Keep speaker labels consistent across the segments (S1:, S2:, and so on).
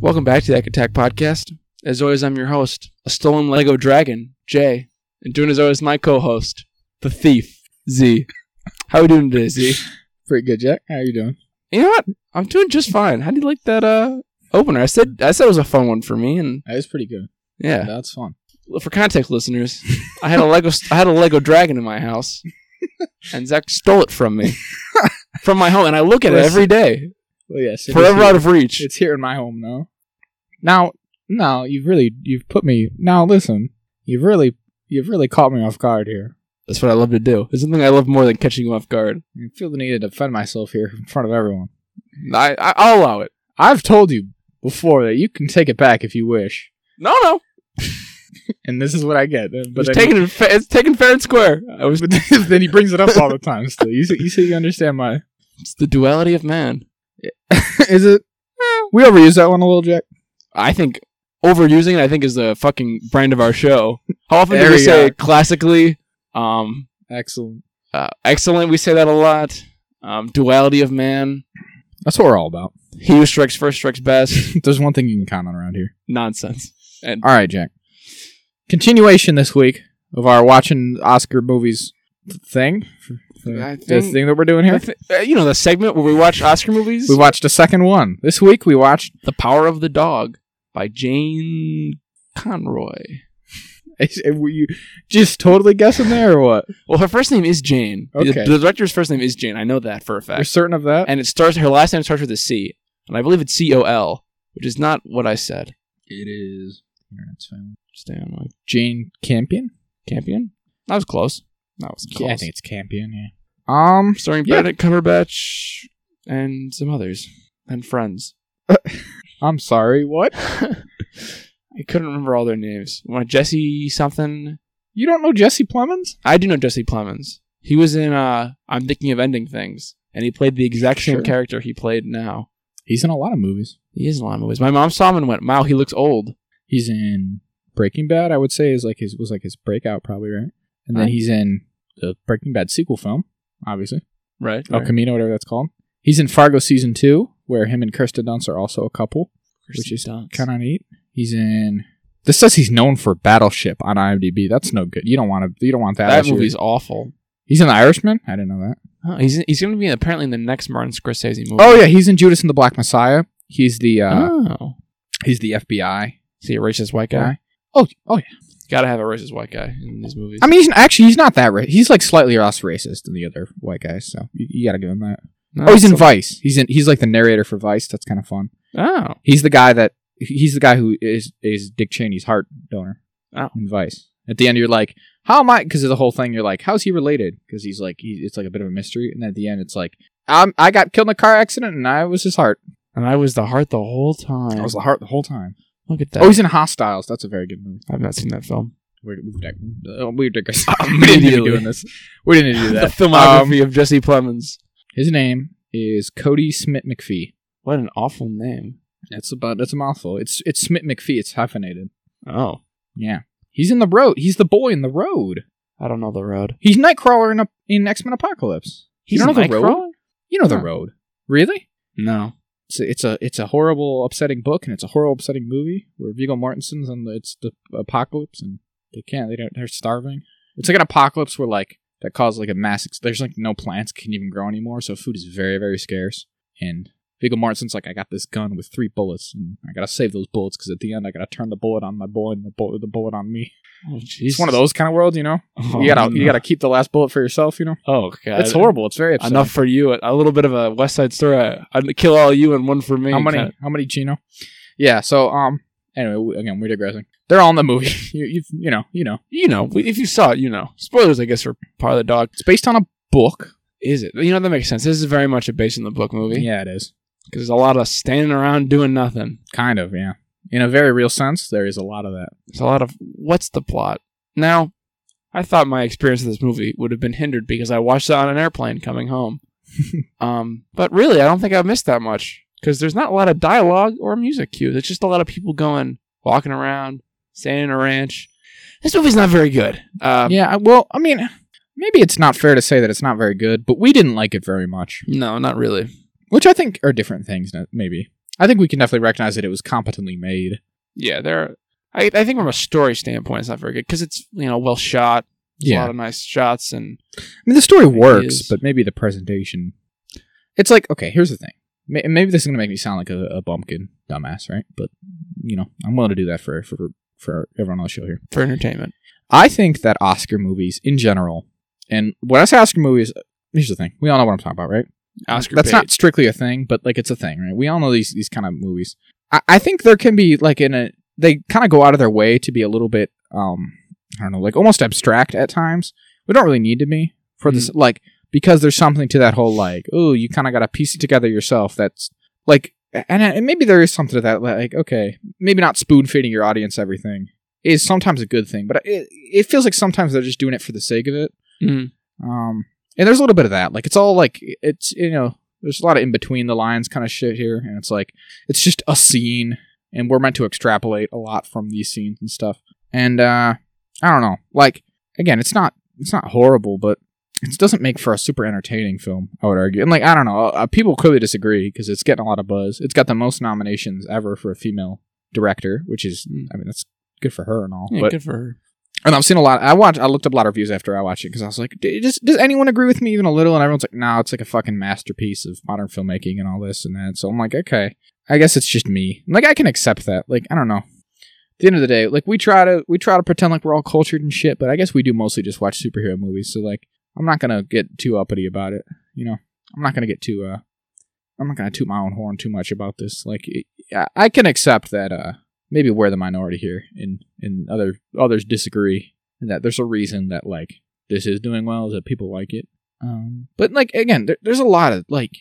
S1: Welcome back to the Act Attack Podcast. As always, I'm your host, a stolen Lego dragon, Jay, and doing as always my co-host, the thief, Z. How we doing today, Z?
S2: Pretty good, Jack. How you doing?
S1: You know what? I'm doing just fine. How do you like that uh opener? I said I said it was a fun one for me, and
S2: That was pretty good.
S1: yeah.
S2: That's fun.
S1: For context listeners, I had a Lego I had a Lego dragon in my house, and Zach stole it from me, from my home, and I look at it every day,
S2: Well, yes, it is
S1: forever
S2: here.
S1: out of reach.
S2: It's here in my home now. Now, now you've really you've put me. Now listen, you've really you've really caught me off guard here.
S1: That's what I love to do. There's nothing I love more than catching you off guard.
S2: I feel the need to defend myself here in front of everyone.
S1: I, I I'll allow it.
S2: I've told you before that you can take it back if you wish,
S1: No, no.
S2: and this is what I get. But
S1: it's
S2: then,
S1: taken. fa- It's taken fair and square. I was.
S2: but then- then he brings it up all the time. Still, you see, you see, you understand my.
S1: It's the duality of man.
S2: is it? eh, We overuse that one a little, Jack.
S1: I think overusing it. I think is the fucking brand of our show. How often
S2: There
S1: do we
S2: we
S1: say
S2: are.
S1: classically? Um,
S2: Excellent.
S1: uh, excellent. We say that a lot. Um, duality of man.
S2: That's what we're all about.
S1: He who strikes first strikes best.
S2: There's one thing you can count on around here.
S1: Nonsense. And
S2: All right, Jack. Continuation this week of our watching Oscar movies th- thing.
S1: I
S2: the
S1: think-
S2: thing that we're doing
S1: I
S2: here.
S1: thi- uh, you know the segment where we watch Oscar movies.
S2: We watched a second one. This week we watched.
S1: the Power of the Dog by Jane Conroy.
S2: Is- Were you just totally guessing there or what?
S1: Well, her first name is Jane. The-
S2: Okay.
S1: The director's first name is Jane. I know that for a fact.
S2: You're certain of that?
S1: and it starts her last name starts with a C, and I believe it's C O L, which is not what I said.
S2: It is. Internet's family.
S1: Stay on like
S2: Jane Campion?
S1: Campion. That was close. That was close.
S2: Yeah, I think it's Campion, yeah. Um,
S1: Starring
S2: Yeah.
S1: Benedict Cumberbatch and some others and friends.
S2: I'm sorry, what?
S1: I couldn't remember all their names. Well, Jesse something.
S2: You don't know Jesse Plemons?
S1: I do know Jesse Plemons. He was in uh, I'm Thinking of Ending Things, and he played the exact same
S2: Sure.
S1: character he played now.
S2: He's in a lot of movies.
S1: He is in a lot of movies. My mom saw him and went, "Wow, he looks old."
S2: He's in Breaking Bad, I would say is like his was like his breakout probably, right? And then
S1: Right.
S2: he's in the Breaking Bad sequel film, obviously.
S1: Right?
S2: El Camino, whatever that's called. He's in Fargo season two, where him and Kirsten Dunst are also a couple, which is kind of neat. He's in. This says he's known for Battleship on IMDb. That's no good. You don't want to. You don't want that.
S1: that
S2: as your-
S1: movie's awful.
S2: He's in The Irishman. I didn't know that.
S1: Oh, he's he's going to be apparently in the next Martin Scorsese movie.
S2: Oh yeah, he's in Judas and the Black Messiah. He's the uh,
S1: oh.
S2: he's the FBI
S1: See a racist white guy.
S2: guy. Oh oh yeah.
S1: Got to have a racist white guy in these movies.
S2: I mean, he's actually he's not that. Ra- he's like slightly less racist than the other white guys. So you, you got to give him that.
S1: No,
S2: Oh, he's in
S1: that's
S2: Vice. He's in. He's like the narrator for Vice. That's kind of fun.
S1: a- oh,
S2: He's the guy that he's the guy who is is Dick Cheney's heart donor
S1: Oh.
S2: in Vice. At the end, you're like, how am I? Because of the whole thing, you're like, how's he related? Because he's like, he, it's like a bit of a mystery. And at the end, it's like, i I got killed in a car accident, and I was his heart.
S1: and I was the heart the whole time.
S2: I was the heart the whole time.
S1: Look at that.
S2: Oh, he's in Hostiles. That's a very good movie.
S1: I've not seen that film.
S2: We're, we've dig- uh, we're digressing. we didn't need to be
S1: Immediately.
S2: doing this. We didn't need to do
S1: the
S2: that.
S1: filmography of Jesse Plemons.
S2: His name is Cody Smith McPhee.
S1: What an awful name.
S2: That's about. That's a mouthful. It's it's Smith McPhee. It's hyphenated.
S1: Oh,
S2: Yeah, he's in the road. He's the boy in the road.
S1: I don't know the road.
S2: He's Nightcrawler in, a, in X Men Apocalypse. You don't know the road?
S1: Nightcrawler?
S2: You know the
S1: Huh.
S2: road, really?
S1: No.
S2: It's a, it's a it's a horrible, upsetting book, and it's a horrible, upsetting movie where Viggo Mortensen's on the, it's the apocalypse, and they can't they don't they're starving. It's like an apocalypse where like that caused like a mass. Ex- there's like no plants can even grow anymore, so food is very very scarce. And Viggo Mortensen's like, I got this gun with three bullets, and I gotta save those bullets because at the end I gotta turn the bullet on my boy and the bullet the bullet on me.
S1: Oh,
S2: It's one of those kind of worlds, you know.
S1: Oh,
S2: you gotta you
S1: no.
S2: gotta keep the last bullet for yourself, you know.
S1: Oh god,
S2: It's horrible. It's very upsetting.
S1: Enough for you. A little bit of a West Side Story. I- I'd kill all you and one for me.
S2: How many?
S1: kinda-
S2: How many Chino? Yeah. So um. Anyway, we- again, we're digressing. They're all in the movie. you, you you know you know.
S1: You know, we- if you saw it, you know. Spoilers, I guess, for Part of the Dog.
S2: It's based on a book.
S1: Is it? You know, that makes sense. This is very much a based in the book movie.
S2: Yeah, it is.
S1: Because there's a lot of standing around doing nothing.
S2: Kind of. Yeah. In a very real sense, there is a lot of that.
S1: There's a lot of what's the plot? Now, I thought my experience of this movie would have been hindered because I watched it on an airplane coming home. um, but really, I don't think I missed that much because there's not a lot of dialogue or music cues. It's just a lot of people going, walking around, standing in a ranch. This movie's not very good. Uh,
S2: Um, yeah. I- Well, I mean, maybe it's not fair to say that it's not very good, but we didn't like it very much,
S1: No, not really.
S2: which I think are different things. no- Maybe I think we can definitely recognize that it was competently made.
S1: Yeah, there. I I think from a story standpoint, it's not very good because it's you know well shot. There's a lot of nice shots and
S2: I mean the story
S1: think it
S2: works,
S1: is.
S2: but maybe the presentation. It's like okay, here's the thing. May- and Maybe this is gonna make me sound like a, a bumpkin dumbass, right? But you know, I'm willing to do that for for for everyone on the show here.
S1: for entertainment.
S2: I think that Oscar movies in general, and when I say Oscar movies, here's the thing: we all know what I'm talking about, right?
S1: Oscar.
S2: That's
S1: bait.
S2: not strictly a thing, but like it's a thing, right? We all know these these kind of movies. I, I think there can be like in a they kind of go out of their way to be a little bit um I don't know, like almost abstract at times. We don't really need to be for this
S1: Mm.
S2: like because there's something to that whole like, oh, you kind of got to piece it together yourself. That's like and, and maybe there is something to that like okay, maybe not spoon feeding your audience everything is sometimes a good thing, but it, it feels like sometimes they're just doing it for the sake of it.
S1: Mm.
S2: Um, and there's a little bit of that. Like it's all like it's you know there's a lot of in between the lines kind of shit here, and it's like it's just a scene, and we're meant to extrapolate a lot from these scenes and stuff. And uh, I don't know. Like again, it's not it's not horrible, but it doesn't make for a super entertaining film. I would argue, and like I don't know, uh, people clearly disagree because it's getting a lot of buzz. It's got the most nominations ever for a female director, which is I mean that's good for her and all,
S1: Yeah,
S2: but
S1: good for her.
S2: and I've seen a lot. I watched. I looked up a lot of reviews after I watched it because I was like, "D- does, does anyone agree with me even a little? And everyone's like, no, it's like a fucking masterpiece of modern filmmaking and all this and that. So I'm like, okay, I guess it's just me. Like I can accept that. Like I don't know. At the end of the day, like we try to we try to pretend like we're all cultured and shit, but I guess we do mostly just watch superhero movies. So like, I'm not gonna get too uppity about it. You know, I'm not gonna get too uh, I'm not gonna toot my own horn too much about this. Like, it, I- I can accept that uh maybe we're the minority here and and other others disagree and that there's a reason that like this is doing well is that people like it um but like again there, there's a lot of like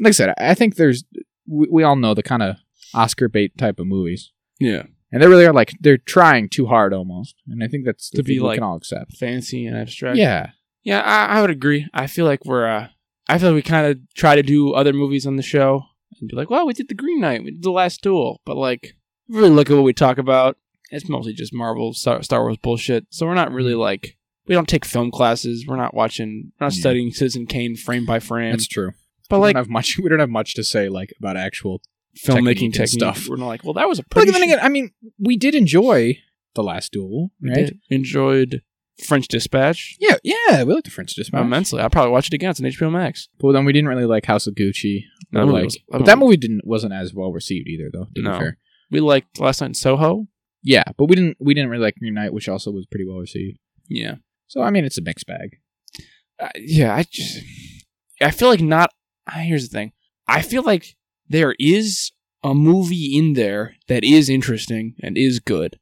S2: like i said i I think there's we, we all know the kind of oscar bait type of movies
S1: Yeah,
S2: and they really are like they're trying too hard almost and i think that's
S1: To be,
S2: we
S1: like,
S2: can all accept
S1: fancy and abstract.
S2: yeah
S1: Yeah, I, I would agree. I feel like we're, uh, I feel like we kind of try to do other movies on the show and be like, well, we did The Green Knight, we did The Last Duel. But, like, if you really look at what we talk about, it's mostly just Marvel, Star, Star Wars bullshit. So we're not
S2: Mm.
S1: really like, we don't take film classes. We're not watching, we're not
S2: Yeah.
S1: studying Citizen Kane frame by frame.
S2: that's true
S1: but,
S2: we
S1: like,
S2: don't have much we don't have much to say like about actual
S1: filmmaking
S2: technique and
S1: technique,
S2: stuff.
S1: We're not like, well, that was a
S2: but
S1: pretty.
S2: then
S1: shit-
S2: again i mean we did enjoy the last duel
S1: we
S2: right
S1: did. enjoyed French Dispatch
S2: yeah yeah we liked the french dispatch
S1: immensely. Uh, I'll probably watch it again. It's on HBO Max.
S2: But then we didn't really like House of Gucci.
S1: That
S2: or
S1: movie
S2: like,
S1: was- that
S2: but that
S1: movie-
S2: movie didn't wasn't as well received either, though. To
S1: Um, No.
S2: be fair,
S1: We liked Last Night in Soho.
S2: yeah. But we didn't we didn't really like Green Knight, which also was pretty well received.
S1: Yeah.
S2: So I mean, it's a mixed bag.
S1: uh, yeah, I just I feel like not. ah, Here's the thing: I feel like there is a movie in there that is interesting and is good.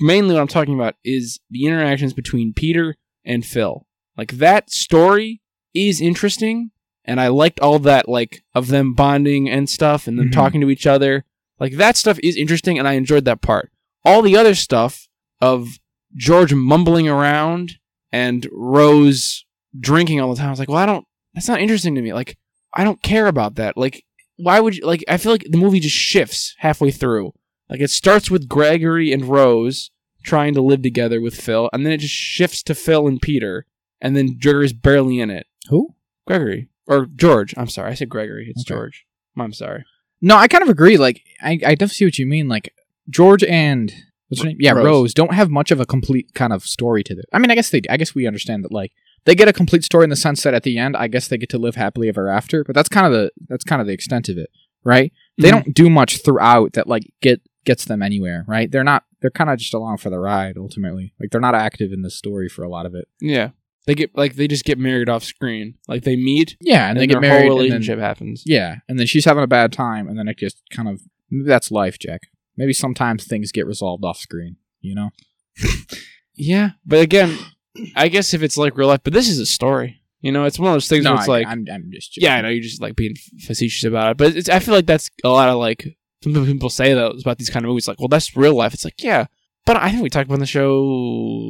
S1: Mainly, what I'm talking about is the interactions between Peter and Phil. Like that story is interesting, and I liked all that like of them bonding and stuff, and them
S2: Mhm.
S1: talking to each other. Like that stuff is interesting, and I enjoyed that part. All the other stuff of George mumbling around and Rose drinking all the time. I was like, well, I don't. That's not interesting to me. Like, I don't care about that. Like, why would you? Like, I feel like the movie just shifts halfway through. Like, it starts with Gregory and Rose trying to live together with Phil, and then it just shifts to Phil and Peter, and then Gregory's barely in it.
S2: Who?
S1: Gregory or George? I'm sorry, I said Gregory. It's
S2: Okay.
S1: George. I'm sorry.
S2: No, I kind of agree. Like I I definitely see what you mean. Like George and what's her name? Yeah,
S1: Rose.
S2: Rose. don't have much of a complete kind of story to them. I mean, I guess they. I guess we understand that like they get a complete story in the sense that at the end, I guess they get to live happily ever after. But that's kind of the that's kind of the extent of it, right? they
S1: Hmm.
S2: don't do much throughout that like get gets them anywhere right they're not they're kind of just along for the ride ultimately like they're not active in the story for a lot of it
S1: Yeah, they get like they just get married off screen. Like they meet
S2: yeah
S1: and,
S2: and, they
S1: then
S2: get
S1: their
S2: married
S1: Whole
S2: and
S1: relationship
S2: then,
S1: happens.
S2: yeah and then she's having a bad time and then it just kind of maybe that's life jack maybe sometimes things get resolved off screen you know
S1: Yeah, but again, I guess if it's like real life, but this is a story. You know, it's one of those things where it's
S2: I,
S1: like,
S2: I'm, I'm just joking.
S1: yeah, I know you're just like being facetious about it, but it's, I feel like that's a lot of like some people say that about these kind of movies. Like, well, that's real life. It's like, yeah, but I think we talked about on the show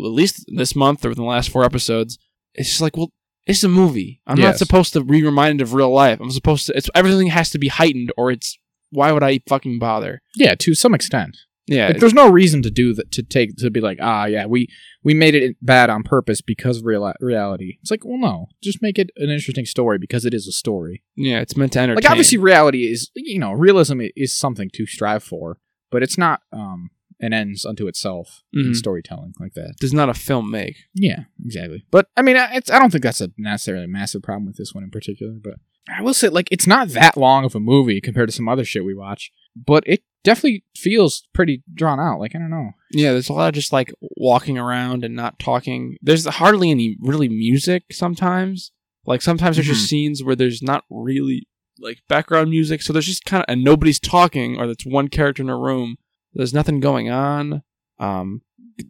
S1: at least this month or within the last four episodes. It's just like, well, it's a movie. I'm not
S2: Yes.
S1: supposed to be reminded of real life. I'm supposed to. It's everything has to be heightened, or it's why would I fucking bother?
S2: yeah to some extent
S1: Yeah,
S2: Like, there's no reason to do that. To take to be like, ah, yeah, we we made it bad on purpose because of real- reality. It's like, well, no, just make it an interesting story because it is a story.
S1: yeah, it's meant to entertain.
S2: Like, obviously, reality is you know realism i- is something to strive for, but it's not um an ends unto itself in
S1: Mhm.
S2: storytelling like that.
S1: does not a film make.
S2: Yeah, exactly. But I mean, I- it's I don't think that's a necessarily massive problem with this one in particular. But I will say, like, it's not that long of a movie compared to some other shit we watch, but it definitely feels pretty drawn out. Like, I don't know.
S1: Yeah, there's a lot of just like walking around and not talking. There's hardly any really music sometimes. Like sometimes there's
S2: Mm-hmm.
S1: just scenes where there's not really like background music, so there's just kind of and nobody's talking, or that's one character in a room. There's nothing going on. Um,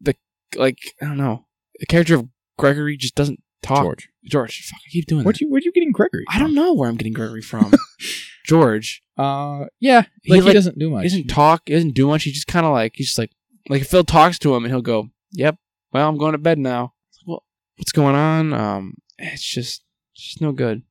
S1: the like I don't know. The character of Gregory just doesn't talk.
S2: George,
S1: George, fuck, I keep doing
S2: where
S1: that.
S2: you where you getting Gregory?
S1: Hmm. I don't know where I'm getting Gregory from. George,
S2: Uh, yeah, like
S1: He,
S2: he,
S1: like,
S2: doesn't do much.
S1: he doesn't talk, he doesn't do much. He just kind of like he's just like like if Phil talks to him and he'll go, "Yep, well I'm going to bed now." It's like, well, what's going on? Um, it's just it's just no good.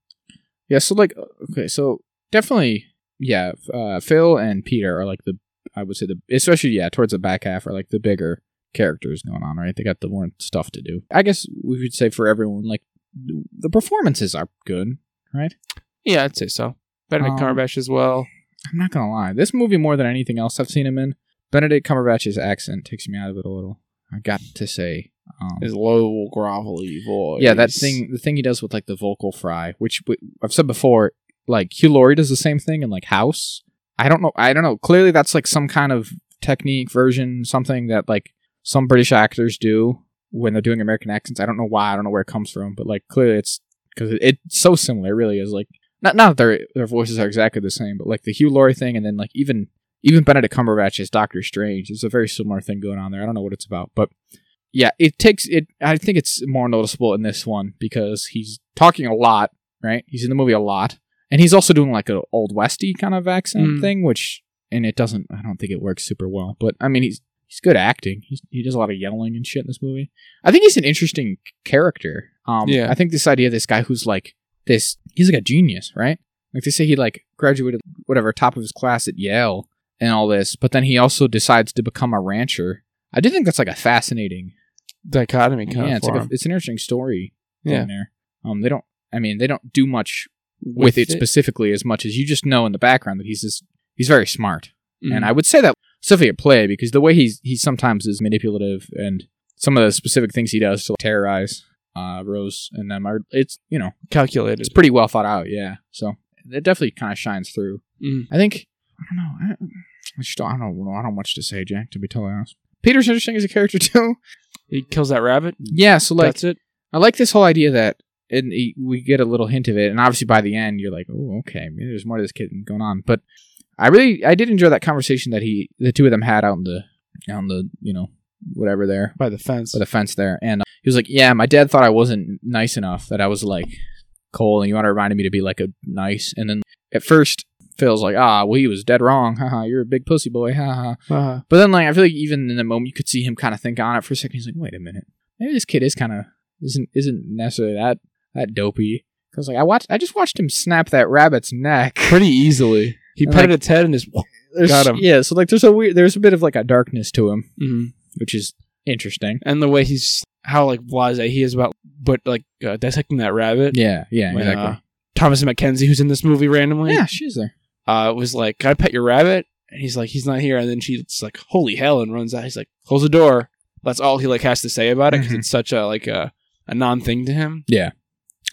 S2: yeah, so like, uh, okay, so definitely, yeah. Uh, Phil and Peter are like the I would say the especially yeah towards the back half are like the bigger characters going on, right? They got the more stuff to do. I guess we could say for everyone, like the performances are good.
S1: Yeah, I'd say so. Benedict
S2: Um,
S1: Cumberbatch as well.
S2: I'm not gonna lie, this movie more than anything else I've seen him in. Benedict Cumberbatch's accent takes me out of it a little. I got to say, um,
S1: His low grovelly voice.
S2: Yeah, that thing, the thing he does with like the vocal fry, which w- I've said before, like Hugh Laurie does the same thing in like House. I don't know. I don't know. Clearly, that's like some kind of technique version, something that like some British actors do when they're doing American accents. I don't know why. I don't know where it comes from, but like clearly, it's because it, it's so similar. It really is like not not that their their voices are exactly the same, but like the Hugh Laurie thing, and then like even even Benedict Cumberbatch's Doctor Strange. There's a very similar thing going on there. I don't know what it's about, but yeah, it takes it. I think it's more noticeable in this one because he's talking a lot, right? He's in the movie a lot, and he's also doing like an old westy kind of accent
S1: Mm.
S2: thing, which and it doesn't. I don't think it works super well, but I mean, he's he's good acting. He's, he does a lot of yelling and shit in this movie. I think he's an interesting character. Um,
S1: Yeah.
S2: I think this idea of this guy who's like this, he's like a genius, right? Like they say he like graduated whatever top of his class at Yale and all this, but then he also decides to become a rancher. I do think that's like a fascinating
S1: dichotomy kind
S2: yeah,
S1: of
S2: it's
S1: for
S2: like a,
S1: him.
S2: it's an interesting story.
S1: Yeah.
S2: in there. Um, they don't. I mean, they don't do much with,
S1: With
S2: it,
S1: it.
S2: specifically as much as you just know in the background that he's just he's very smart. And
S1: Mhm.
S2: I would say that specifically at play because the way he's he sometimes is manipulative and some of the specific things he does to terrorize uh, Rose and them are it's you know
S1: calculated.
S2: it's pretty well thought out. Yeah, so it definitely kind of shines through.
S1: Mm.
S2: I think I don't know. I, I just don't, I don't know. I don't much to say, Jack. To be totally honest, Peter's interesting as a character too.
S1: He kills that rabbit.
S2: Yeah, so like
S1: That's it.
S2: I like this whole idea that and he- we get a little hint of it, and obviously by the end you're like, oh, okay, maybe there's more to this kid going on. But I really, I did enjoy that conversation that he, the two of them had out in the, out in the, you know, whatever there
S1: By the fence.
S2: by the fence there, and uh, he was like, yeah, my dad thought I wasn't nice enough that I was like Cole, and you want to remind me to be like a nice. And then at first Phil's like, ah, well he was dead wrong, haha, you're a big pussy boy, haha.
S1: Uh,
S2: But then, like, I feel like even in the moment, you could see him kind of think on it for a second. He's like, "Wait a minute, maybe this kid is kind of isn't isn't necessarily that that dopey." Because like I watched, I just watched him snap that rabbit's neck.
S1: pretty easily. He
S2: And,
S1: petted its head and just.
S2: There's-
S1: got him.
S2: Yeah, so like, there's a weird, there's a bit of like a darkness to him,
S1: Mhm.
S2: which is interesting.
S1: and the way he's how like blase he is about but like uh, dissecting that rabbit
S2: Yeah, yeah,
S1: When,
S2: exactly.
S1: uh, thomas mckenzie who's in this movie randomly
S2: yeah, she's there.
S1: uh was like can i pet your rabbit and he's like he's not here and then she's like holy hell and runs out he's like close the door that's all he like has to say about it because
S2: Mhm.
S1: it's such a like a, a non-thing to him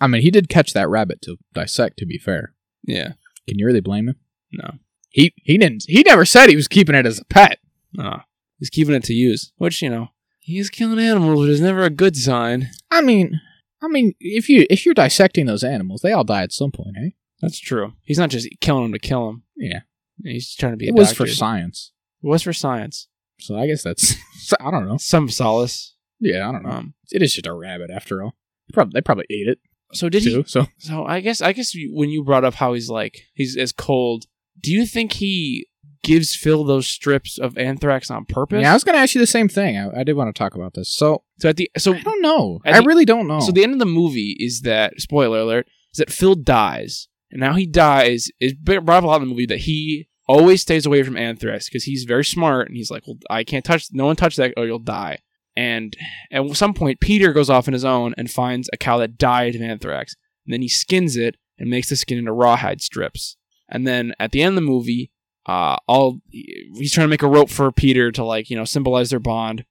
S2: I mean, he did catch that rabbit to dissect. To be fair,
S1: yeah
S2: can you really blame him?
S1: No.
S2: He he didn't. He never said he was keeping it as a pet.
S1: uh, he's keeping it to use which you know he is killing animals which is never a good sign
S2: I mean, I mean, if you if you're dissecting those animals, they all die at some point, eh?
S1: that's true he's not just killing them to kill them
S2: Yeah.
S1: he's trying to be
S2: It
S1: a
S2: was for
S1: doctor.
S2: science.
S1: it was for science
S2: So I guess that's so I don't know.
S1: some solace
S2: Yeah, I don't know.
S1: um
S2: it is just a rabbit after all. Probably they probably ate it
S1: so did he
S2: too. So
S1: So I guess I guess you- when you brought up how he's like he's as cold, do you think he gives Phil those strips of anthrax on purpose?
S2: yeah, I was gonna ask you the same thing. I, I did want to talk about this. So
S1: So at the so
S2: I don't know.
S1: I
S2: I,
S1: think-
S2: really don't know.
S1: so the end of the movie is that spoiler alert is that Phil dies and now he dies. It's brought up a lot in the movie that he always stays away from Anthrax because he's very smart and he's like, well, I can't touch, no one touch that or you'll die. And at some point, Peter goes off on his own and finds a cow that died of anthrax. And then he skins it and makes the skin into rawhide strips. And then at the end of the movie, uh, all he's trying to make a rope for Peter to like you know symbolize their bond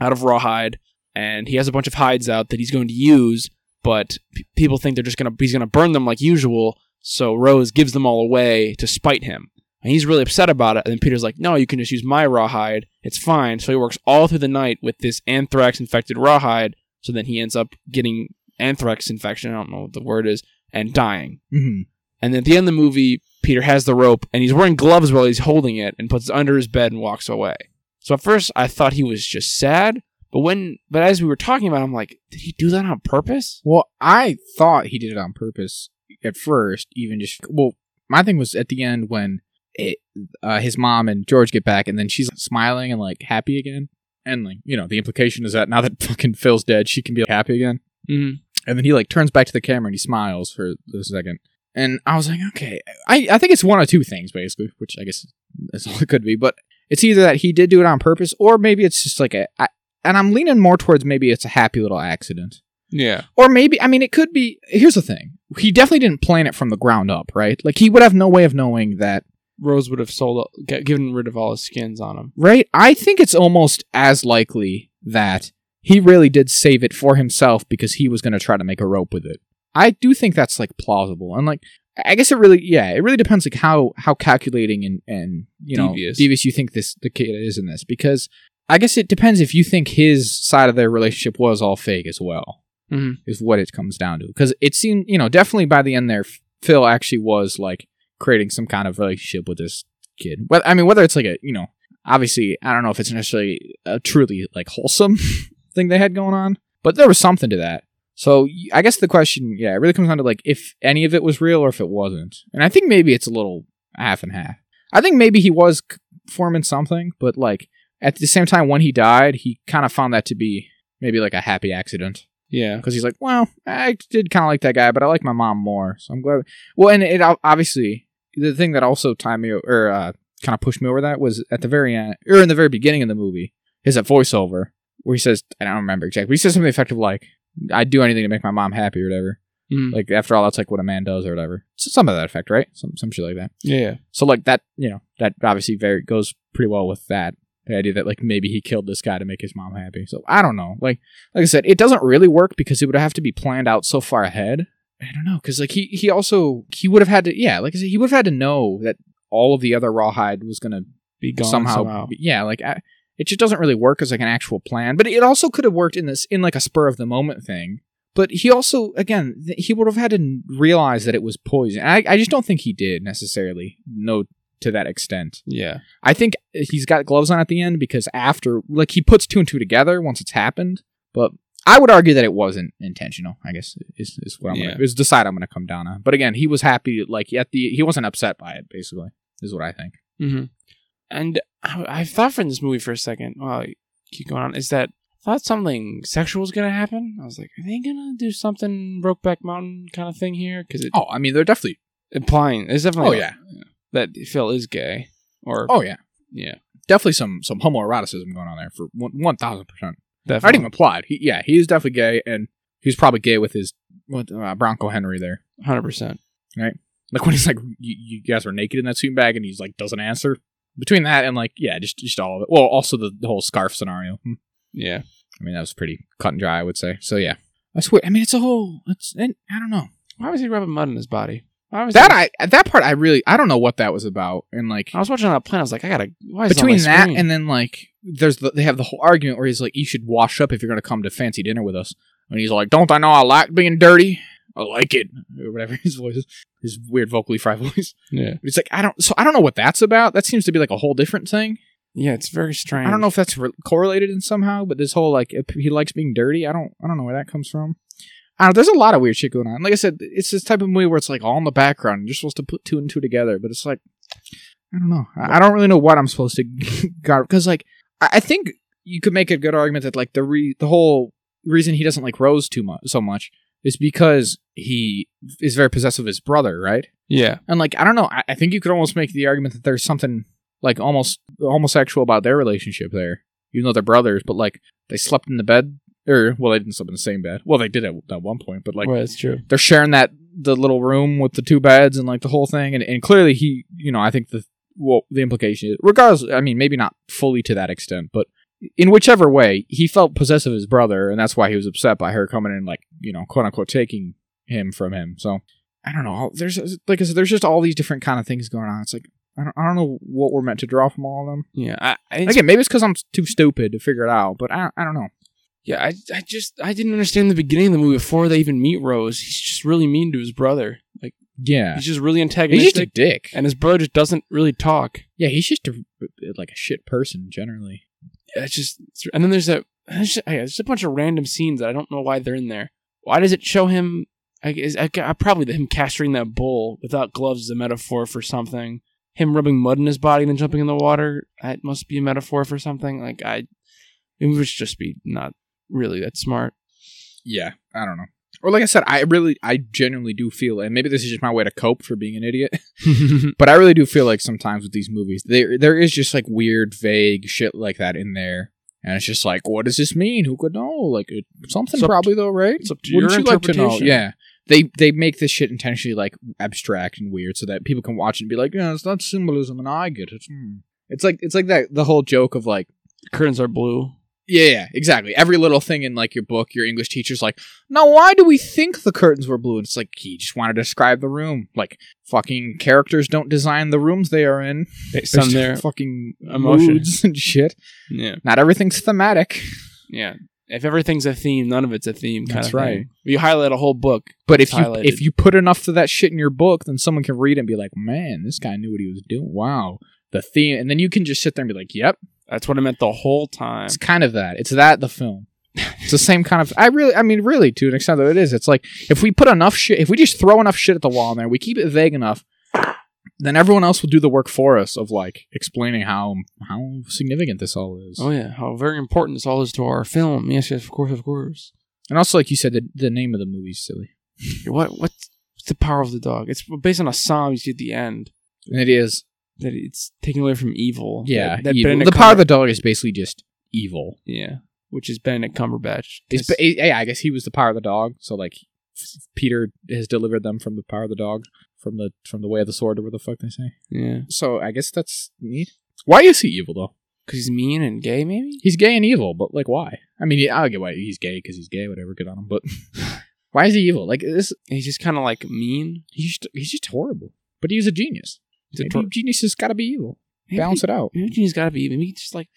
S1: out of rawhide. And he has a bunch of hides out that he's going to use, but p- people think they're just gonna he's gonna burn them like usual. So Rose gives them all away to spite him. And he's really upset about it. And then Peter's like, no, you can just use my rawhide. It's fine. So he works all through the night with this anthrax infected rawhide. So then he ends up getting anthrax infection. I don't know what the word is. And dying.
S2: Mm-hmm.
S1: And then at the end of the movie, Peter has the rope and he's wearing gloves while he's holding it and puts it under his bed and walks away. So at first I thought he was just sad. But when, but as we were talking about, it, I'm like, did he do that on purpose?
S2: Well, I thought he did it on purpose at first, even just well. My thing was at the end when it, uh, his mom and George get back, and then she's smiling and like happy again, and like you know the implication is that now that fucking Phil's dead, she can be happy again.
S1: Mm-hmm.
S2: And then he like turns back to the camera and he smiles for a second, and I was like, okay, I I think it's one of two things basically, which I guess that's all it could be, but it's either that he did do it on purpose, or maybe it's just like a. I, and I'm leaning more towards maybe it's a happy little accident.
S1: Yeah.
S2: Or maybe, I mean, it could be. Here's the thing: he definitely didn't plan it from the ground up, right? Like he would have no way of knowing that,
S1: Rose would have sold, g- given rid of all his skins on him.
S2: right? I think it's almost as likely that he really did save it for himself because he was going to try to make a rope with it. I do think that's like plausible, and like I guess it really, yeah, it really depends like how how calculating and and you know
S1: Devious.
S2: devious, you think this the kid is in this because. I guess it depends if you think his side of their relationship was all fake as well.
S1: Mm-hmm.
S2: is what it comes down to. Because it seemed, you know, definitely by the end there, Phil actually was like creating some kind of relationship with this kid. But I mean, whether it's like a, you know, obviously, I don't know if it's necessarily a truly like wholesome thing they had going on, but there was something to that. So y- I guess the question, yeah, it really comes down to like if any of it was real or if it wasn't. And I think maybe it's a little half and half. I think maybe he was c- forming something, but like at the same time, when he died, he kind of found that to be maybe like a happy accident
S1: Yeah.
S2: because he's like, well, I did kind of like that guy, but I like my mom more, so I'm glad. Well, and it ob- obviously the thing that also tied me o- or uh, kind of pushed me over that was at the very end or in the very beginning of the movie is that voiceover where he says, I don't remember exactly, but he says something effective like, "I'd do anything to make my mom happy" or whatever.
S1: Mm.
S2: Like after all, that's like what a man does or whatever. So some of that effect, right? Some some shit like that.
S1: yeah.
S2: So like that, you know, that obviously very goes pretty well with that. The idea that like maybe he killed this guy to make his mom happy. So I don't know. Like like I said, it doesn't really work because it would have to be planned out so far ahead. I don't know because like he he also he would have had to yeah like I said he would have had to know that all of the other rawhide was gonna
S1: Be gone
S2: somehow, yeah like I, it just doesn't really work as like an actual plan. But it also could have worked in this in like a spur of the moment thing. But he also again th- he would have had to n- realize that it was poison. And I I just don't think he did necessarily. No. To that extent,
S1: Yeah.
S2: I think uh, he's got gloves on at the end because after, like, he puts two and two together once it's happened. But I would argue that it wasn't intentional. I guess is is what I'm
S1: Yeah.
S2: gonna is the side I'm gonna come down on. But again, he was happy. Like at the he wasn't upset by it. Basically, is what I think.
S1: Mm-hmm. And I, I thought from this movie for a second, while I keep going on, is that I thought something sexual was going to happen. I was like, are they going to do something Brokeback Mountain kind of thing here? Because it
S2: Oh, I mean, they're definitely.
S1: implying, it's
S2: Oh
S1: definitely
S2: yeah.
S1: that Phil is gay. Or,
S2: Oh yeah.
S1: yeah.
S2: Definitely some some homoeroticism going on there for one thousand percent. I
S1: Definitely.
S2: didn't even applaud. He, yeah, he is definitely gay, and he's probably gay with his with, uh, Bronco Henry there.
S1: 100%.
S2: Like when he's like, you, you guys were naked in that swim bag, and he's like, doesn't answer. Between that and like, yeah, just just all of it. Well, also the, the whole scarf scenario. Hmm.
S1: Yeah.
S2: I mean, that was pretty cut and dry, I would say. So yeah, that's weird. I mean, it's a whole. It's and I don't know
S1: Why was he rubbing mud in his body? Why was
S2: that
S1: he-
S2: I that part I really I don't know what that was about. And like
S1: I was watching on a plane. I was like, I gotta. Why is it on
S2: between
S1: my
S2: that
S1: screen?
S2: and then like there's the, they have the whole argument where he's like, you should wash up if you're gonna come to fancy dinner with us. And he's like, don't I know I like being dirty? I like it or whatever his voice is. His weird vocally fry voice.
S1: yeah,
S2: But It's like I don't. So I don't know what that's about. That seems to be like a whole different thing.
S1: yeah, it's very strange.
S2: I don't know if that's re- correlated in somehow. But this whole like if he likes being dirty. I don't. I don't know where that comes from. I don't, there's a lot of weird shit going on. Like I said, it's this type of movie where it's like all in the background. You're supposed to put two and two together, but it's like I don't know. I, I don't really know what I'm supposed to because like I, I think you could make a good argument that like the re- the whole reason he doesn't like Rose too much so much is because he is very possessive of his brother, right?
S1: Yeah.
S2: And like I don't know, I, I think you could almost make the argument that there's something like almost homosexual about their relationship there, even though they're brothers. But like they slept in the bed, or well, they didn't sleep in the same bed. Well, they did at, at one point, but like
S1: right, that's true.
S2: they're sharing that the little room with the two beds and like the whole thing and, and clearly he you know i think the well the implication is regardless i mean maybe not fully to that extent but in whichever way he felt possessive of his brother and that's why he was upset by her coming in like you know quote unquote taking him from him so i don't know there's like i said there's just all these different kind of things going on it's like i don't, I don't know what we're meant to draw from all of them
S1: Yeah. I, I
S2: again maybe it's because i'm too stupid to figure it out but i, I don't know
S1: yeah, I, I just I didn't understand the beginning of the movie before they even meet Rose. He's just really mean to his brother. Like
S2: yeah
S1: he's just really
S2: he's
S1: antagonistic
S2: just a dick
S1: and his brother just doesn't really talk.
S2: yeah he's just a, like a shit person generally
S1: Yeah, it's just and then there's a there's just, yeah, there's a bunch of random scenes that I don't know why they're in there. Why does it show him? I, is, I, I probably him castrating that bull without gloves is a metaphor for something. Him rubbing mud in his body and then jumping in the water that must be a metaphor for something. Like I, it would just be not really that smart.
S2: yeah, I don't know. Or like I said, I really, I genuinely do feel, and maybe this is just my way to cope for being an idiot, but I really do feel like sometimes with these movies, there there is just like weird, vague shit like that in there, and it's just like, what does this mean? Who could know? Like it, something
S1: It's up to-
S2: probably though, right?
S1: it's up to
S2: Wouldn't
S1: your
S2: you like to know?
S1: interpretation.
S2: Yeah, they they make this shit intentionally like abstract and weird so that people can watch it and be like, yeah, it's not symbolism, and I get it. Hmm. It's like it's like that the whole joke of like.
S1: curtains are blue.
S2: Yeah, yeah, exactly. Every little thing in like your book, your English teacher's like, "Now, why do we think the curtains were blue?" And it's like he just wanted to describe the room. Like fucking characters don't design the rooms they are in.
S1: Based on
S2: There's
S1: their
S2: fucking
S1: emotion.
S2: moods and shit.
S1: yeah
S2: Not everything's thematic.
S1: yeah. If everything's a theme, none of it's a theme. Kind
S2: That's
S1: of
S2: right.
S1: Thing. You highlight a whole book.
S2: But if you
S1: Highlighted.
S2: if you put enough of that shit in your book, then someone can read it and be like, "Man, this guy knew what he was doing." Wow, the theme, and then you can just sit there and be like, "Yep,
S1: That's what I meant the whole time.
S2: It's kind of that. It's that the film. It's the same kind of. I really, I mean, really, to an extent, though, it is. It's like if we put enough shit, if we just throw enough shit at the wall in there, we keep it vague enough, then everyone else will do the work for us of like explaining how how significant this all is.
S1: Oh yeah, how very important this all is to our film. Yes, yes, of course, of course.
S2: And also, like you said, the, the name of the movie's silly,
S1: What what's, what's the power of the dog? It's based on a psalm you see at the end
S2: and it is
S1: that it's taking away from evil.
S2: yeah.
S1: that, that
S2: evil. The
S1: Benedict
S2: power of
S1: Cumber-
S2: the dog is basically just evil.
S1: yeah, which is Benedict Cumberbatch.
S2: It's, ba- yeah, I guess he was the power of the dog. So like, Peter has delivered them from the power of the dog, from the from the way of the sword, or what the fuck they say.
S1: yeah,
S2: So I guess that's neat. Why is he evil though?
S1: because he's mean and gay, maybe.
S2: He's gay and evil, but like why? I mean, yeah, I get why he's gay because he's gay. Whatever, good on him. But why is he evil? Like this,
S1: He's just kind of like mean.
S2: he's just, he's just horrible. But he's a genius.
S1: He's a
S2: Maybe
S1: tor-
S2: genius has got to be evil.
S1: maybe-
S2: Balance it out.
S1: Maybe he's got to be. Maybe he's just like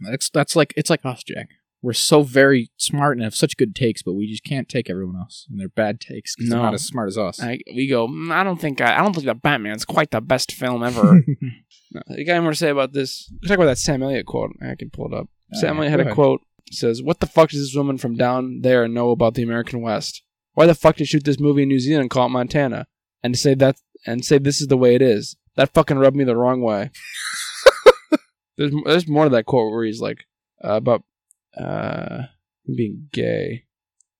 S2: That's that's like it's like us, Jack. We're so very smart and have such good takes, but we just can't take everyone else and their bad takes 'cause they're
S1: No.
S2: not as smart as us.
S1: I, we go. "Mm, I don't think I, I don't think that Batman's quite the best film ever. no. You got any more to say about this? Talk about that Sam Elliott quote. I can pull it up. Sam
S2: Uh,
S1: Elliott had
S2: go
S1: a
S2: ahead.
S1: quote says, "What the fuck does this woman from down there know about the American West? Why the fuck did she shoot this movie in New Zealand and call it Montana and say that and say this is the way it is? That fucking rubbed me the wrong way." there's there's more to that quote where he's like uh, about uh, being gay.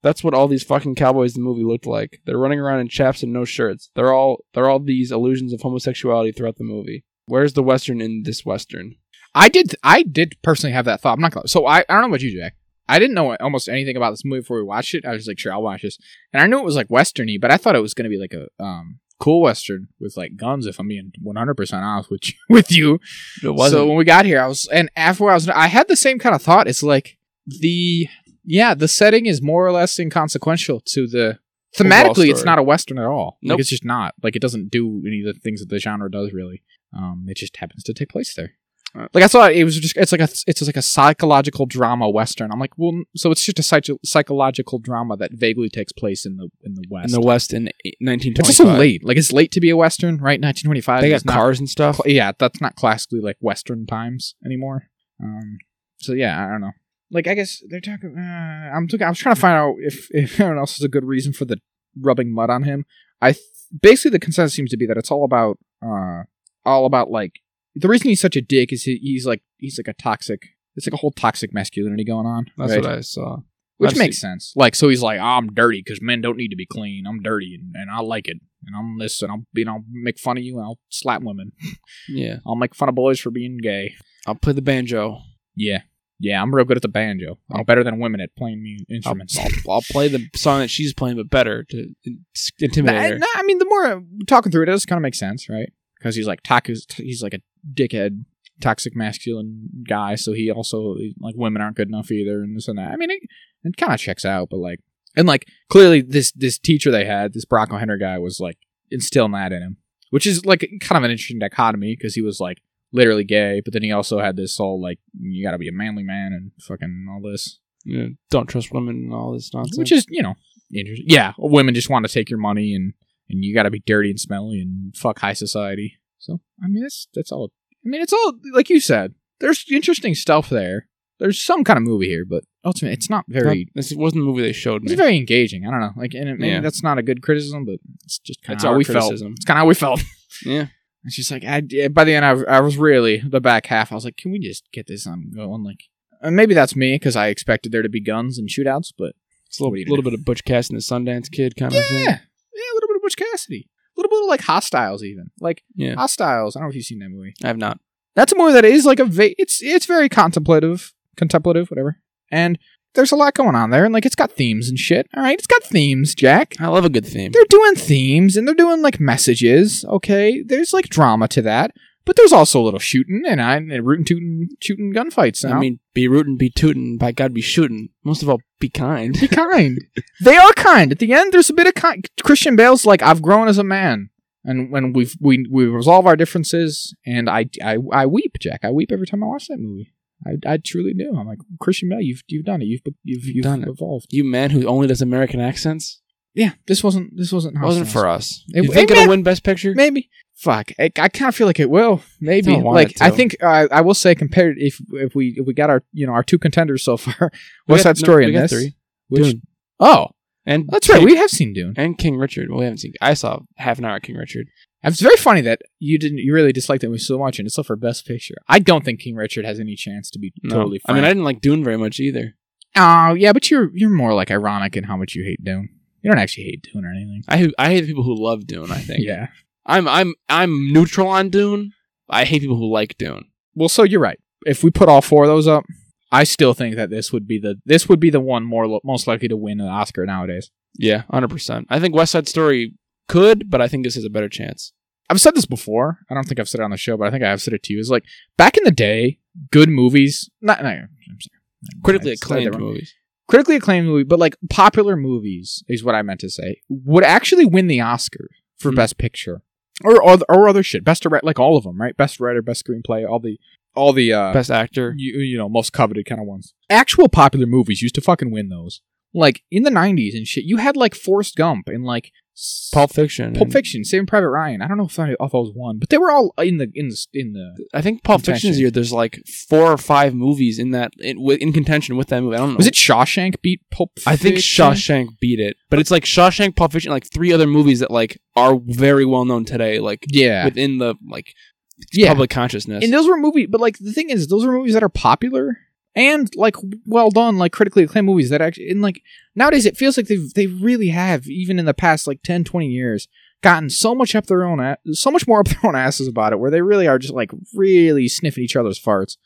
S1: That's what all these fucking cowboys in the movie looked like. They're running around in chaps and no shirts. They're all they're all these illusions of homosexuality throughout the movie. Where's the western in this western?
S2: I did. I did personally have that thought. I'm not gonna. So I, I don't know about you, Jack. I didn't know almost anything about this movie before we watched it. I was like, sure, I'll watch this. And I knew it was like westerny, but I thought it was gonna be like a um cool western with like guns. If I'm being 100 percent honest with you, with you.
S1: It
S2: So when we got here, I was, and after I was, I had the same kind of thought. It's like the yeah, the setting is more or less inconsequential to the.
S1: Overall
S2: Thematically, it's
S1: story.
S2: not a western at all.
S1: Nope.
S2: Like it's just not. Like it doesn't do any of the things that the genre does really. Um, it just happens to take place there. Like I saw it, it was just it's like a it's like a psychological drama western. I'm like, well, n- so it's just a psych- psychological drama that vaguely takes place in the in the
S1: in
S2: west.
S1: the West in 1925.
S2: it's also late. Like it's late to be a western, right? 1925.
S1: They
S2: is
S1: got
S2: not-
S1: cars and stuff.
S2: cl- yeah, that's not classically like western times anymore. Um, so yeah, I don't know. Like I guess they're talking. Uh, I'm looking- I was trying to find out if if anyone else has a good reason for the rubbing mud on him. I th- basically the consensus seems to be that it's all about uh all about like the reason he's such a dick is he, he's like he's like a toxic. It's like a whole toxic masculinity going on.
S1: That's
S2: right?
S1: what I saw.
S2: Which
S1: I've
S2: makes sense. Like, so he's like, I'm dirty because men don't need to be clean. I'm dirty and, and I like it. And I'm this and I'll, you know, make fun of you and I'll slap women.
S1: Yeah.
S2: I'll make fun of boys for being gay.
S1: I'll play the banjo.
S2: Yeah. Yeah, I'm real good at the banjo. I'm
S1: I'll-
S2: better than women at playing mu-
S1: I'll,
S2: instruments.
S1: I'll, I'll play the song that she's playing, but better to in- intimidate
S2: I,
S1: her.
S2: no, I mean, the more uh, talking through it, it does kind of make sense, right? Because he's like takus, he's like a dickhead, toxic masculine guy. So he also like women aren't good enough either, and this and that. I mean, it, it kind of checks out, but like, and like clearly this this teacher they had, this Bronco Henry guy, was like instilling that in him, which is like kind of an interesting dichotomy because he was like literally gay, but then he also had this whole like you got to be a manly man and fucking all this
S1: You know, don't trust women and all this nonsense.
S2: which is you know interesting. Yeah, women just want to take your money and and you got to be dirty and smelly and fuck high society. So I mean that's that's all. I mean it's all like you said. There's interesting stuff there. There's some kind of movie here, but ultimately it's not very.
S1: Not- this wasn't the movie they showed
S2: it's
S1: me.
S2: very engaging. I don't know. Like, and it, maybe
S1: Yeah.
S2: that's not a good criticism, but it's just kind
S1: That's
S2: of how
S1: our
S2: we felt.
S1: criticism.
S2: It's kind of how we felt.
S1: Yeah.
S2: And she's like, I, yeah, by the end, I, I was really the back half. I was like, can we just get this on going? Like, and maybe that's me because I expected there to be guns and shootouts, but
S1: It's a little,
S2: What do you
S1: little
S2: do?
S1: bit of Butch Cassidy and the Sundance Kid kind of
S2: Yeah,
S1: thing.
S2: yeah, a little bit of Butch Cassidy, a little bit of like Hostiles, even like
S1: Yeah.
S2: Hostiles. I don't know if you've seen that movie.
S1: I have not.
S2: That's a movie that is like a va- it's it's very contemplative, contemplative, whatever. And there's a lot going on there, and like it's got themes and shit. All right, it's got themes, Jack.
S1: I love a good theme.
S2: They're doing themes and they're doing like messages. Okay, there's like drama to that, but there's also a little shooting and I and rootin' tootin' shooting gunfights.
S1: I mean, be rootin', be tootin', by God, be shootin'. Most of all, be kind.
S2: be kind. they are kind. At the end, there's a bit of kind. Christian Bale's like, I've grown as a man, and when we've we we resolve our differences, and I I, I weep, Jack. I weep every time I watch that movie. I, I truly do. I'm like Christian Bale. You've you've done it. You've you've, you've
S1: Done it.
S2: evolved.
S1: You man who only does American accents?
S2: Yeah, this wasn't this wasn't
S1: It wasn't
S2: Hostiles.
S1: for us.
S2: It-
S1: you think
S2: it
S1: it'll
S2: may-
S1: win Best Picture?
S2: maybe. Fuck, I, I kind of feel like it will. Maybe
S1: Don't want
S2: like
S1: it to.
S2: I think uh, I will say compared if if we if we got our you know our two contenders so far.
S1: We
S2: What's
S1: got-
S2: that story
S1: no, we
S2: in
S1: got
S2: this?
S1: three.
S2: Which-
S1: Dune.
S2: oh,
S1: And
S2: that's right.
S1: King-
S2: We have seen Dune.
S1: and King Richard. Well, we haven't seen. I saw half an hour of King Richard.
S2: It's very funny that you didn't. You really disliked that movie so much, and it's up for Best Picture. I don't think King Richard has any chance to be
S1: No.
S2: totally.
S1: I mean, I didn't like Dune very much either.
S2: I, oh yeah, but you're you're more like ironic in how much you hate Dune. You don't actually hate Dune or anything.
S1: I hate- I hate people who love Dune. I think.
S2: Yeah.
S1: I'm I'm I'm neutral on Dune. I hate people who like Dune.
S2: Well, so you're right. If we put all four of those up, I still think that this would be the this would be the one more lo- most likely to win an Oscar nowadays.
S1: Yeah, hundred percent. I think West Side Story could, but I think this has a better chance.
S2: I've said this before. I don't think I've said it on the show, but I think I have said it to you. Is like back in the day, good movies. Not, no, I'm sorry.
S1: Critically
S2: I said that
S1: acclaimed
S2: wrong.
S1: movies.
S2: critically acclaimed movie, but like popular movies is what I meant to say, would actually win the Oscar for
S1: Hmm.
S2: Best Picture or, or or other shit, best direct, like all of them, right? Best writer, best screenplay, all the all the uh,
S1: Best actor.
S2: you, you know most coveted kind of ones. Actual popular movies used to fucking win those. Like in the '90s and shit, you had like Forrest Gump and like s-
S1: Pulp Fiction.
S2: Pulp
S1: and-
S2: Fiction, Saving Private Ryan. I don't know if that, if that was one, but they were all in the in the in the.
S1: I think Pulp Fiction's
S2: Contention.
S1: year. There's like four or five movies in that in, wi- in contention with that movie. I don't know.
S2: Was it Shawshank beat Pulp?
S1: I think
S2: Fiction?
S1: Shawshank beat it, but it's like Shawshank, Pulp Fiction, like three other movies that like are very well known today, like
S2: Yeah,
S1: within the like
S2: yeah.
S1: public consciousness.
S2: And those were movie, but like the thing is, those were movies that are popular and like well done, like critically acclaimed movies that actually. And like nowadays, it feels like they they really have, even in the past like 10, 20 years, gotten so much up their own, a- so much more up their own asses about it, where they really are just like really sniffing each other's farts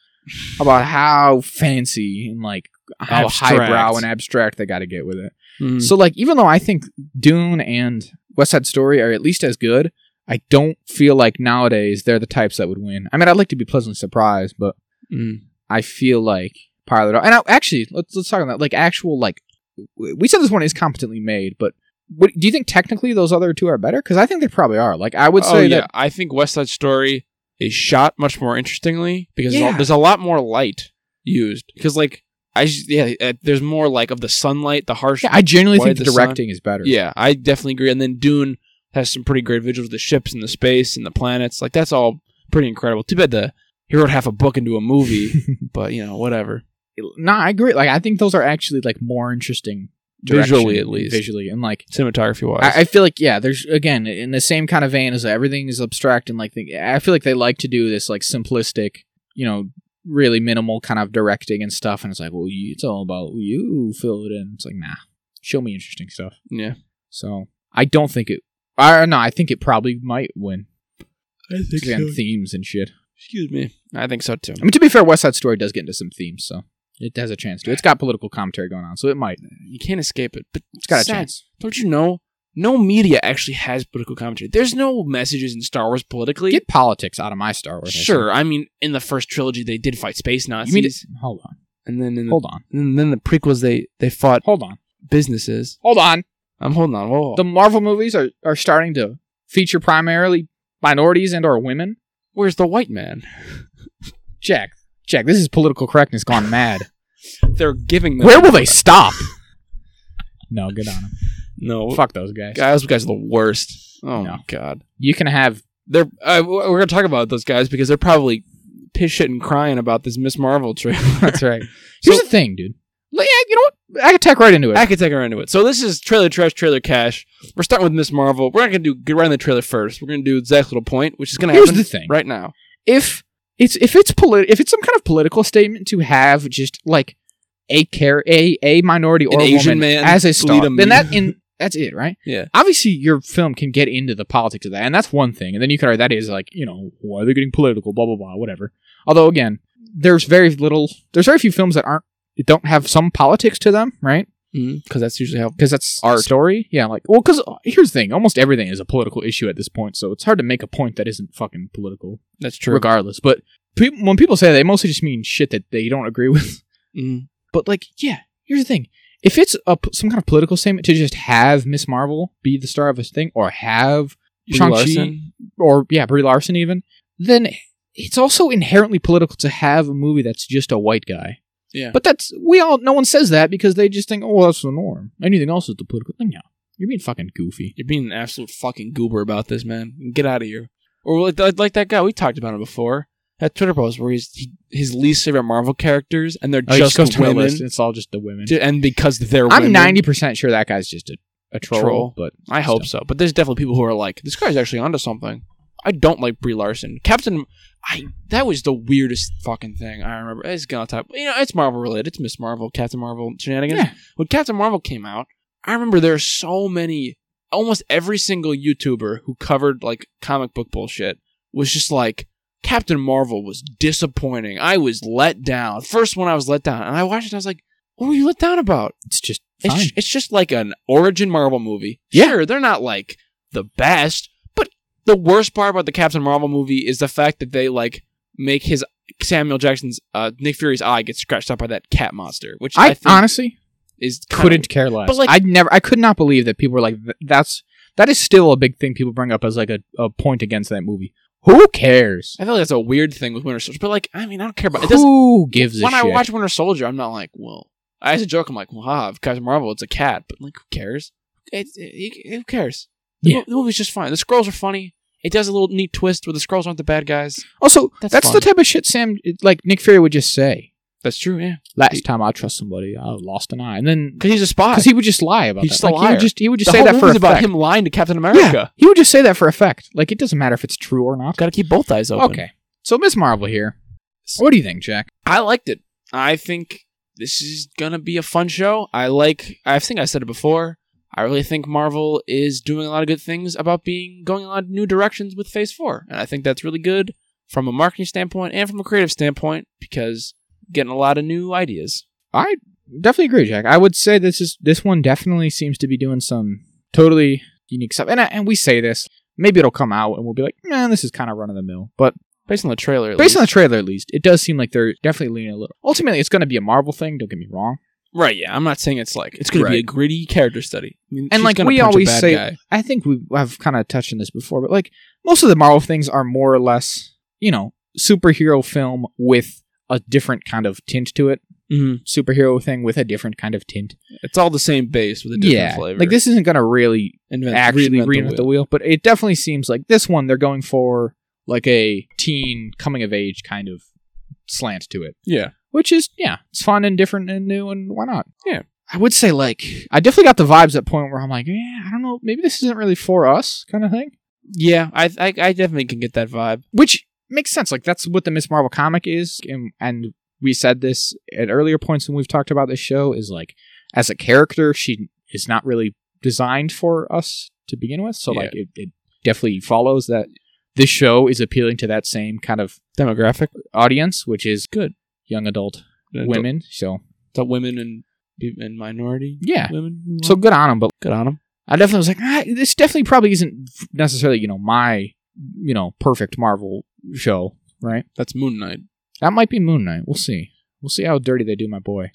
S2: about how fancy and like how
S1: Abstract.
S2: highbrow and abstract they got to get with it.
S1: Mhm.
S2: So like even though I think Dune and West Side Story are at least as good, I don't feel like nowadays they're the types that would win. I mean, I'd like to be pleasantly surprised, but
S1: Mm.
S2: I feel like Pilot. And I, actually, let's let's talk about that. Like actual like w- we said this one is competently made, but what, do you think technically those other two are better? Because I think they probably are. Like I would
S1: Oh,
S2: say
S1: yeah,
S2: that
S1: I think West Side Story is shot much more interestingly because there's a-
S2: Yeah.
S1: there's a lot more light used because like I just, yeah uh, there's more like of the sunlight, the harsh
S2: yeah, I genuinely
S1: Why
S2: think the
S1: the sun?
S2: directing is better.
S1: Yeah, I definitely agree. And then Dune has some pretty great visuals, the ships and the space and the planets. Like that's all pretty incredible. Too bad the he wrote half a book into a movie, but you know whatever.
S2: No, I agree. Like I think those are actually like more interesting direction,
S1: Visually, at least.
S2: Visually, and like
S1: Cinematography wise,
S2: I, I feel like yeah, there's again in the same kind of vein as everything is abstract and like the, I feel like they like to do this like simplistic, you know, really minimal kind of directing and stuff. And it's like, well, you, it's all about you fill it in. It's like, nah, show me interesting stuff.
S1: Yeah.
S2: So I don't think it. I no, I think it probably might win.
S1: I think
S2: Again, themes and shit.
S1: Excuse me. I think so too.
S2: I mean, to be fair, West Side Story does get into some themes, so it has a chance to. It's got political commentary going on, so it might.
S1: You can't escape it. But
S2: It's got a
S1: sad.
S2: chance.
S1: Don't you know? No media actually has political commentary. There's no messages in Star Wars politically.
S2: Get politics out of my Star Wars. I say.
S1: sure. I mean, in the first trilogy, they did fight space
S2: You
S1: Nazis,
S2: mean to- hold on,
S1: and then in the,
S2: hold on,
S1: and then the prequels, they they fought
S2: hold on,
S1: businesses.
S2: hold on.
S1: I'm holding on. Whoa.
S2: The Marvel movies are are starting to feature primarily minorities and or women.
S1: Where's the white man?
S2: Jack, Jack, this is political correctness gone mad.
S1: They're giving them.
S2: Where will they stop? no, good on them.
S1: No,
S2: Fuck those guys.
S1: guys, those guys are the worst. Oh
S2: No.
S1: my god,
S2: You can have
S1: they're uh, w- we're gonna talk about those guys because they're probably piss shit and crying about this Miss Marvel trailer.
S2: That's right. Here's
S1: So-
S2: the thing, dude. Like, yeah, you know what? I can tack right into it.
S1: I could take her into it. So this is trailer trash, trailer cash. We're starting with Miss Marvel. We're not gonna do get right in the trailer first. We're gonna do Zach's little point, which is gonna
S2: Here's
S1: happen
S2: the thing.
S1: right now.
S2: if it's if it's polit- if it's some kind of political statement to have just like a care a a minority or
S1: An
S2: a
S1: Asian
S2: woman
S1: man
S2: as a
S1: lead
S2: star,
S1: a
S2: then that
S1: meme.
S2: in that's it, right?
S1: Yeah.
S2: Obviously, your film can get into the politics of that, and that's one thing. And then you can argue that is like you know why they're getting political, blah blah blah, whatever. Although again, there's very little, there's very few films that aren't that don't have some politics to them, right?
S1: Because that's usually how.
S2: because that's
S1: Art.
S2: our story. Yeah, like well, because here's the thing: almost everything is a political issue at this point, so it's hard to make a point that isn't fucking political,
S1: That's true.
S2: regardless. But peop when people say that, they mostly just mean shit that they don't agree with.
S1: Mm.
S2: But like, yeah, here's the thing: if it's a p some kind of political statement to just have Miss Marvel be the star of a thing, or have
S1: Brie
S2: Shang Chi,
S1: Larson?
S2: or yeah, Brie Larson, even then. It's also inherently political to have a movie that's just a white guy.
S1: Yeah.
S2: But that's we all. No one says that because they just think, oh, well, that's the norm. Anything else is the political thing. Yeah, you're being fucking goofy.
S1: You're being an absolute fucking goober about this, man. Get out of here. Or like, like, like that guy we talked about him before. That Twitter post where he's he, his least favorite Marvel characters, and they're
S2: Oh,
S1: just women,
S2: It's all just the women.
S1: To- and because they're
S2: I'm
S1: women,
S2: ninety percent sure that guy's just a, a troll,
S1: Troll.
S2: But
S1: I hope so, but there's definitely people who are like, this guy's actually onto something. I don't like Brie Larson, Captain. I that was the weirdest fucking thing I remember. It's gonna type, you know, it's Marvel related. It's Miss Marvel, Captain Marvel shenanigans.
S2: Yeah.
S1: When Captain Marvel came out, I remember there are so many, almost every single YouTuber who covered like comic book bullshit was just like, Captain Marvel was disappointing. I was let down. First one I was let down, and I watched it. I was like, what were you let down about?
S2: it's just fine.
S1: It's, it's just like an origin Marvel movie.
S2: Yeah.
S1: Sure, they're not like the best, but the worst part about the Captain Marvel movie is the fact that they like make his Samuel Jackson's uh, Nick Fury's eye get scratched out by that cat monster, which I,
S2: I,
S1: think
S2: honestly
S1: is kind
S2: couldn't care less.
S1: But, like-
S2: I never, I could not believe that people were like, "Th- that's that is still a big thing people bring up as like a, a point against that movie. Who cares?
S1: I feel like that's a weird thing with Winter Soldier, but like I mean, I don't care about it. doesn't-
S2: Who gives a
S1: when I
S2: shit?
S1: watch Winter Soldier, I'm not like, well, as a joke, I'm like, well, ha, Captain Marvel, it's a cat, but like, who cares? It, it- who cares? The,
S2: Yeah.
S1: mo- the movie's just fine. The scrolls are funny. It does a little neat twist where the scrolls aren't the bad guys.
S2: also,
S1: That's
S2: that's,
S1: fun.
S2: the type of shit Sam, like Nick Fury, would just say.
S1: That's true, yeah.
S2: last time I trust somebody, I lost an eye, and then
S1: Because Mm. he's a spy.
S2: because he would just lie about
S1: He's
S2: that.
S1: just a
S2: Like, He
S1: liar.
S2: would just he would just
S1: the
S2: say
S1: whole
S2: that for
S1: movie's about
S2: effect.
S1: him lying to Captain America.
S2: Yeah, he would just say that for effect. Like it doesn't matter if it's true or not.
S1: Got to keep both eyes open.
S2: Okay, so Miss Marvel here. What do you think, Jack?
S1: I liked it. I think this is gonna be a fun show. I like. I think I said it before. I really think Marvel is doing a lot of good things about being going a lot of new directions with Phase Four, and I think that's really good from a marketing standpoint and from a creative standpoint because getting a lot of new ideas.
S2: I definitely agree, Jack. I would say this is this one definitely seems to be doing some totally unique stuff, and I, and we say this. Maybe it'll come out and we'll be like, man, this is kind of run of the mill. But
S1: Based on the trailer, at
S2: based on the
S1: least.
S2: trailer, at least, it does seem like they're definitely leaning a little. Ultimately, it's going to be a Marvel thing. Don't get me wrong.
S1: right, yeah, I'm not saying it's like it's gonna be
S2: Right.
S1: a gritty character study. I mean,
S2: And
S1: she's
S2: like
S1: gonna
S2: we
S1: punch a
S2: always
S1: bad
S2: say,
S1: guy.
S2: I think we have kind of touched on this before, but like most of the Marvel things are more or less, you know, superhero film with a different kind of tint to it.
S1: Mhm.
S2: Superhero thing with a different kind of tint.
S1: it's all the same base with a different flavor.
S2: like this isn't gonna really
S1: Invent-
S2: actually
S1: reinvent
S2: reinvent, the, wheel, but it definitely seems like this one they're going for like a teen coming of age kind of slant to it,
S1: Yeah.
S2: which is yeah, it's fun and different and new and why not?
S1: Yeah.
S2: I would say like I definitely got the vibes at point where I'm like, yeah, I don't know, maybe this isn't really for us kind of thing.
S1: Yeah, I, I I definitely can get that vibe.
S2: which makes sense. Like that's what the Miss Marvel comic is, and, and we said this at earlier points when we've talked about this show. Is like as a character, she is not really designed for us to begin with. So like it, it definitely follows that this show is appealing to that same kind of
S1: Demographic.
S2: audience, which is
S1: Good.
S2: young adult women. So
S1: The women and be- and minority
S2: yeah,
S1: women.
S2: so good on them. But
S1: good on them.
S2: I definitely was like, ah, this definitely probably isn't necessarily you know my you know perfect Marvel show, right?
S1: That's Moon Knight.
S2: That might be Moon Knight. We'll see. We'll see how dirty they do my boy.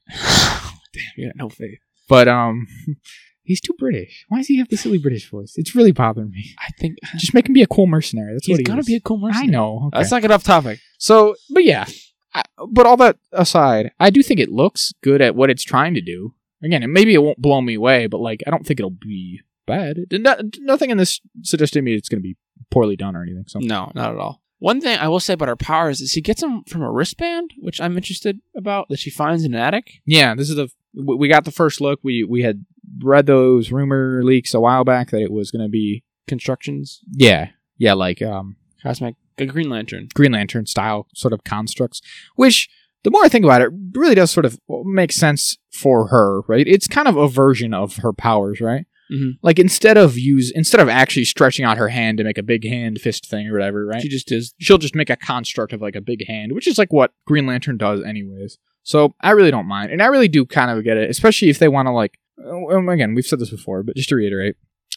S1: Damn, you got no faith.
S2: But um, he's too British. Why does he have the silly British voice? It's really bothering me.
S1: I think
S2: Just make him be a cool mercenary. That's
S1: he's
S2: what he
S1: gonna
S2: is.
S1: be a cool
S2: I
S1: mercenary.
S2: know. okay.
S1: Let's not get off topic.
S2: So, but yeah, I, but all that aside, I do think it looks good at what it's trying to do. Again, and maybe it won't blow me away, but like I don't think it'll be bad. It- no- nothing in this suggests to me it's going to be poorly done or anything. So
S1: No, not at all. One thing I will say about her powers is she gets them from a wristband, which I'm interested about that she finds in an attic.
S2: yeah, this is the w- we got the first look. We we had read those rumor leaks a while back that it was going to be
S1: Constructions,
S2: yeah yeah like um
S1: cosmic, a Green Lantern.
S2: Green Lantern style sort of constructs, which the more I think about it, really does sort of make sense for her, right? It's kind of a version of her powers, right?
S1: Mhm.
S2: Like instead of use, instead of actually stretching out her hand to make a big hand fist thing or whatever, right?
S1: She just is.
S2: She'll just make a construct of like a big hand, which is like what Green Lantern does, anyways. So I really don't mind, and I really do kind of get it, especially if they want to like. Um, again, we've said this before, but just to reiterate,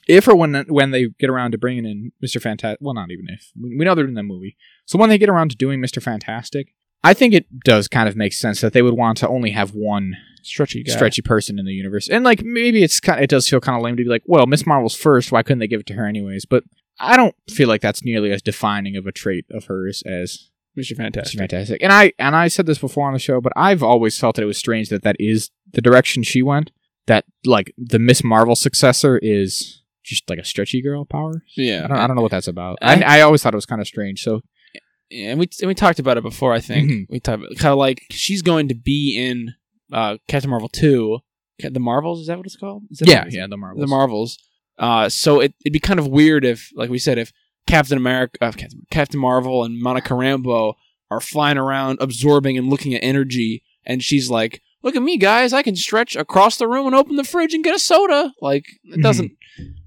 S2: if or when when they get around to bringing in Mister Fantastic, well, not even if we we know they're in the movie, so when they get around to doing Mister Fantastic, I think it does kind of make sense that they would want to only have one
S1: Stretchy guy.
S2: stretchy person in the universe. And like maybe it's kind it does feel kind of lame to be like, well, Miss Marvel's first, why couldn't they give it to her anyways? But I don't feel like that's nearly as defining of a trait of hers as
S1: Mr.
S2: it's
S1: Fantastic.
S2: fantastic. And I and I said this before on the show, but I've always felt that it was strange that that is the direction she went. That like the Miss Marvel successor is just like a stretchy girl power.
S1: Yeah,
S2: I don't, I don't know what that's about.
S1: I-
S2: I, I always thought it was kind of strange. So
S1: and we and we talked about it before. I think
S2: Mhm.
S1: we talked kind of like she's going to be in uh, Captain Marvel two, Ca- the Marvels. Is that what it's called? Is that
S2: yeah,
S1: what it is?
S2: yeah, the Marvel,
S1: the Marvels. Uh, so it, it'd be kind of weird if, like we said, if Captain America, uh, Captain, Captain Marvel, and Monica Rambo are flying around, absorbing and looking at energy, and she's like, "Look at me, guys! I can stretch across the room and open the fridge and get a soda." Like it
S2: Mhm.
S1: doesn't.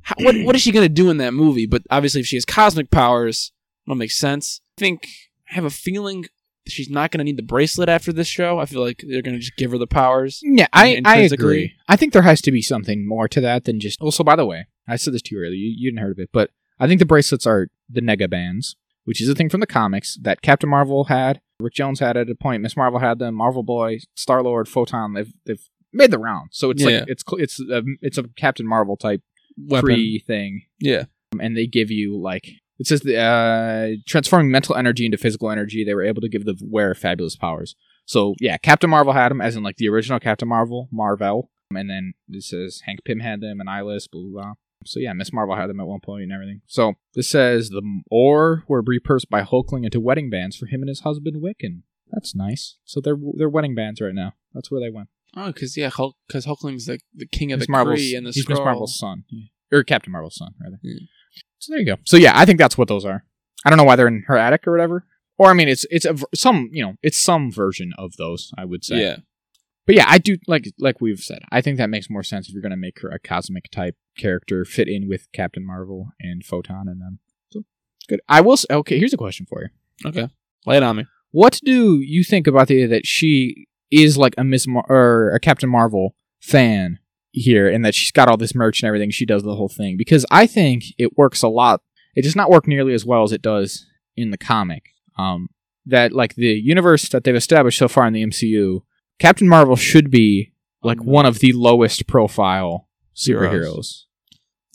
S1: How, what what is she gonna do in that movie? But obviously, if she has cosmic powers, it'll make sense. I think I have a feeling she's not gonna need the bracelet after this show. I feel like they're gonna just give her the powers.
S2: Yeah, I, I
S1: intrinsically.
S2: agree. I think there has to be something more to that than just. Also, by the way, I said this to you earlier. You, you didn't heard of it, but I think the bracelets are the Nega bands, which is a thing from the comics that Captain Marvel had, Rick Jones had at a point, Miss Marvel had them, Marvel Boy, Star Lord, Photon. They've they've made the round, so it's
S1: Yeah.
S2: like it's cl- it's a, it's a Captain Marvel type
S1: Weapon.
S2: free thing
S1: yeah.
S2: um, and they give you like it says the, uh, transforming mental energy into physical energy. They were able to give the wearer fabulous powers. So yeah, Captain Marvel had them, as in like the original Captain Marvel, Marvel, um, and then this says Hank Pym had them, and Eyeless, blah blah. blah. So yeah, Miss Marvel had them at one point and everything. So this says the or were repurposed by Hulkling into wedding bands for him and his husband Wiccan. That's nice. So they're they're wedding bands right now. That's where they went.
S1: Oh, because yeah, Hulk, because Hulkling's the, the king of
S2: Miss
S1: the
S2: Marvel's-
S1: Kree and the
S2: he's
S1: Skrull.
S2: Miss Marvel's son, yeah. or Captain Marvel's son, rather.
S1: Yeah.
S2: So there you go. So yeah, I think that's what those are. I don't know why they're in her attic or whatever. Or I mean, it's it's a, ver- some you know it's some version of those. I would say.
S1: Yeah,
S2: But yeah, I do like like we've said. I think that makes more sense if you're going to make her a cosmic type character fit in with Captain Marvel and Photon and them. So good. I will. s okay, here's a question for you.
S1: lay it on me.
S2: What do you think about the idea that she is like a Miss Mar- or a Captain Marvel fan here, and that she's got all this merch and everything? She does the whole thing because I think it works a lot. It does not work nearly as well as it does in the comic. Um, that like the universe that they've established so far in the MCU, Captain Marvel should be like one of the lowest profile superheroes.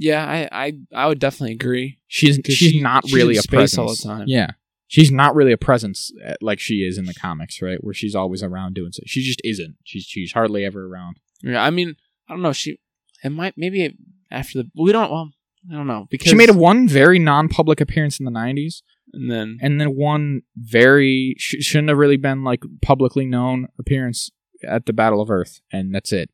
S1: Yeah, I, I, I would definitely agree.
S2: She's
S1: 'Cause
S2: she's
S1: she-
S2: not
S1: she's
S2: really
S1: in
S2: a
S1: space
S2: presence
S1: all the time.
S2: Yeah, she's not really a presence uh, like she is in the comics, right? Where she's always around doing so. She just isn't. She's she's hardly ever around.
S1: Yeah, I mean, I don't know. She, it might maybe it, after the we don't. Well, I don't know because
S2: She made a one very non-public appearance in the '90s,
S1: and then
S2: and then one very sh- shouldn't have really been like publicly known appearance at the Battle of Earth, and that's it.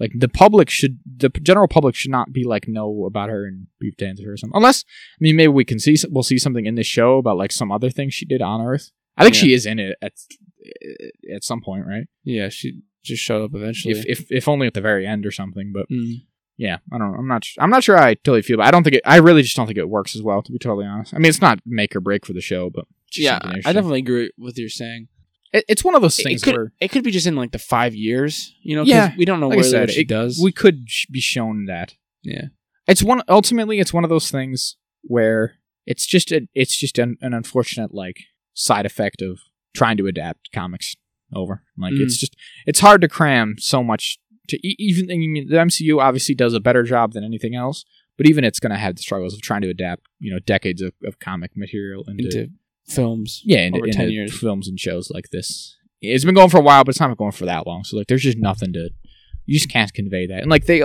S2: Like the public should, the p- general public should not be like know about her and beef dance with her or something. Unless, I mean, maybe we can see s- we'll see something in this show about like some other thing she did on Earth. I think
S1: Yeah.
S2: she is in it at at some point, right?
S1: Yeah, she just showed up eventually.
S2: If if if only at the very end or something. But
S1: Mm.
S2: yeah, I don't. know. I'm not. su- I'm not sure. I totally feel. But I don't think. It, I really just don't think it works as well. To be totally honest, I mean, it's not make or break for the show, but it's just
S1: Yeah,
S2: something
S1: I
S2: interesting.
S1: definitely agree with your saying.
S2: It, it's one of those
S1: It-
S2: things
S1: it could
S2: where
S1: it could be just in like the five years, you know? 'cause
S2: Yeah,
S1: we don't know
S2: like I
S1: where
S2: said,
S1: she
S2: it-
S1: does.
S2: we could sh- be shown that.
S1: Yeah.
S2: It's one. Ultimately, it's one of those things where it's just a, it's just an, an unfortunate like side effect of trying to adapt comics over. Like
S1: Mm.
S2: it's just it's hard to cram so much to e- even I mean, the MCU obviously does a better job than anything else, but even it's going to have the struggles of trying to adapt you know decades of, of comic material into,
S1: into films.
S2: yeah into,
S1: over 10
S2: into
S1: years.
S2: films and shows like this. It's been going for a while, but it's not been going for that long. So like, there's just nothing to you just can't convey that. And like they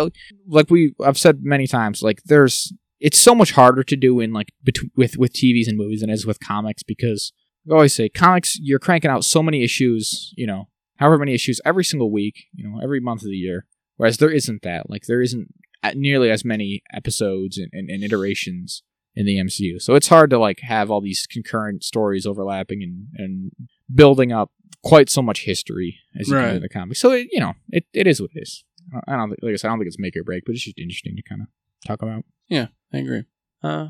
S2: like we I've said many times like there's it's so much harder to do in like between with with TVs and movies than it is with comics because I always say comics you're cranking out so many issues you know however many issues every single week you know every month of the year whereas there isn't that like there isn't a- nearly as many episodes and, and, and iterations in the MCU so it's hard to like have all these concurrent stories overlapping and and building up quite so much history as you
S1: Right.
S2: can in the comics so it, you know it, it is what it is I don't- I don't think, like I said, I don't think it's make or break, but it's just interesting to kind of talk about.
S1: I agree. Uh,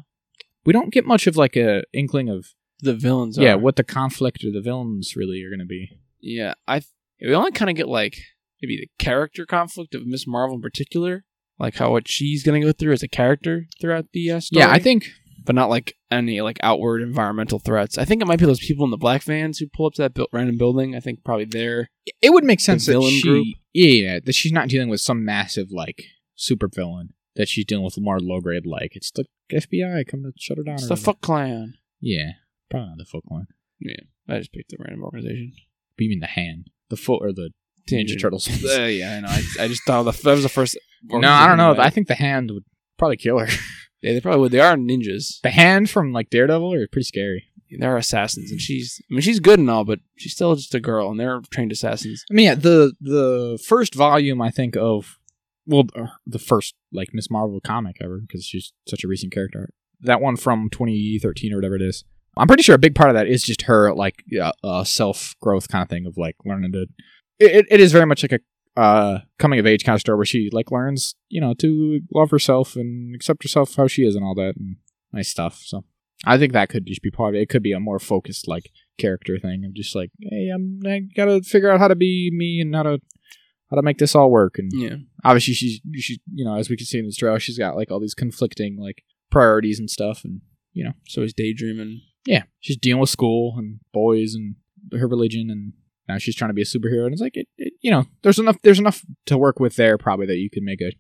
S2: We don't get much of like a inkling of
S1: the villains.
S2: yeah
S1: are.
S2: what the conflict or the villains really are going to be.
S1: Yeah, I th- we only kind of get like maybe the character conflict of Miss Marvel in particular, like how what she's gonna go through as a character throughout the uh, story.
S2: Yeah, I think
S1: but not like any like outward environmental threats. I think it might be those people in the black vans who pull up to that built random building. I think probably there.
S2: it would make sense that
S1: villain
S2: she
S1: group?
S2: Yeah, yeah, yeah, that she's not dealing with some massive like super villain that she's dealing with more low grade like it's the FBI coming to shut her down.
S1: It's
S2: or
S1: the
S2: whatever.
S1: Fuck Clan.
S2: Yeah, probably not the foot one.
S1: I just picked the random organization.
S2: But you mean the hand, the foot, or the Ninja Turtles?
S1: Uh, yeah, I know. I, I just thought of the, that was the first.
S2: no, I don't know. I
S1: organization
S2: think the hand would probably kill her.
S1: yeah, they probably would. They are ninjas.
S2: the hand from like Daredevil are pretty scary.
S1: They're assassins, and she's. I mean, she's good and all, but she's still just a girl, and they're trained assassins.
S2: I mean, yeah, the the first volume I think of, well, uh, the first like Miss Marvel comic ever because she's such a recent character. That one from 2013 or whatever it is. I'm pretty sure a big part of that is just her like yeah, uh, self growth kind of thing of like learning to. It, it, it is very much like a uh, coming of age kind of story where she like learns you know to love herself and accept herself how she is and all that and nice stuff. So I think that could just be part of it. It could be a more focused like character thing of just like, hey, I'm I gotta figure out how to be me and how to how to make this all work. And
S1: Yeah.
S2: obviously, she's she you know as we can see in this trailer, she's got like all these conflicting like priorities and stuff, and you know,
S1: So he's daydreaming.
S2: yeah, she's dealing with school and boys and her religion, and now she's trying to be a superhero. And it's like it, it you know, there's enough there's enough to work with there probably that you could make a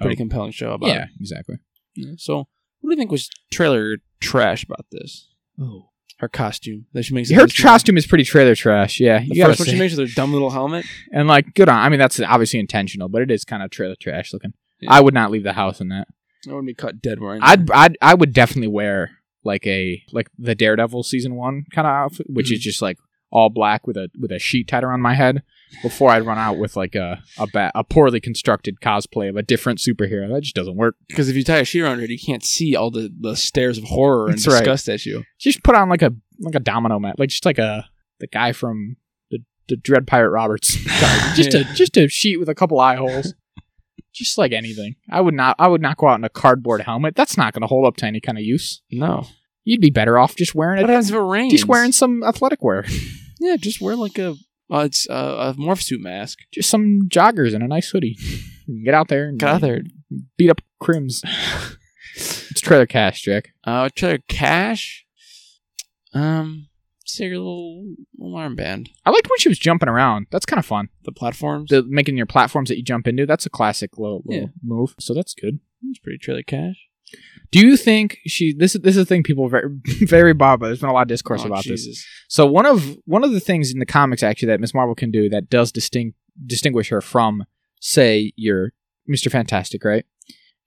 S1: Pretty
S2: Oh.
S1: compelling show about
S2: yeah
S1: it.
S2: exactly.
S1: Yeah. So, what do you think was trailer trash about this?
S2: Oh,
S1: Her costume that she makes.
S2: her
S1: this-
S2: costume is pretty trailer trash. Yeah,
S1: The
S2: you gotta
S1: first one she
S2: say.
S1: makes with her dumb little helmet.
S2: And like, good on. I mean, that's obviously intentional, but it is kind of trailer trash looking.
S1: Yeah.
S2: I would not leave the house in that.
S1: I would be cut dead wearing. that.
S2: I'd, I'd, I would definitely wear like a like the Daredevil season one kind of outfit, which is just like all black with a with a sheet tied around my head. Before I'd run out with like a a ba- a poorly constructed cosplay of a different superhero, that just doesn't work.
S1: Because if you tie a sheet around it, you can't see all the, the stares of horror and
S2: That's right.
S1: disgust at you.
S2: Just put on like a like a domino mat, like just like a the guy from the the Dread Pirate Roberts, guy. just a just a sheet with a couple eye holes, just like anything. I would not I would not go out in a cardboard helmet. That's not going to hold up to any kind of use.
S1: No.
S2: You'd be better off just wearing
S1: What
S2: it.
S1: happens if it rains?
S2: Just wearing some athletic wear,
S1: Yeah, just wear like a. Uh, it's uh, a morph suit mask.
S2: just some joggers and a nice hoodie. Get out there and
S1: Got there.
S2: beat up crims. it's trailer cash, Jack.
S1: Uh, trailer cash. Um, say your little alarm band.
S2: I liked when she was jumping around. That's kind of fun.
S1: The platforms.
S2: The making your platforms that you jump into. That's a classic little, little
S1: Yeah.
S2: move. So that's good.
S1: It's pretty trailer cash.
S2: Do you think she? This is this is a thing people very very bothered. by. There's been a lot of discourse
S1: Oh,
S2: about this.
S1: Jesus.
S2: So one of one of the things in the comics actually that Miss Marvel can do that does distinct distinguish her from, say, your Mister Fantastic, right?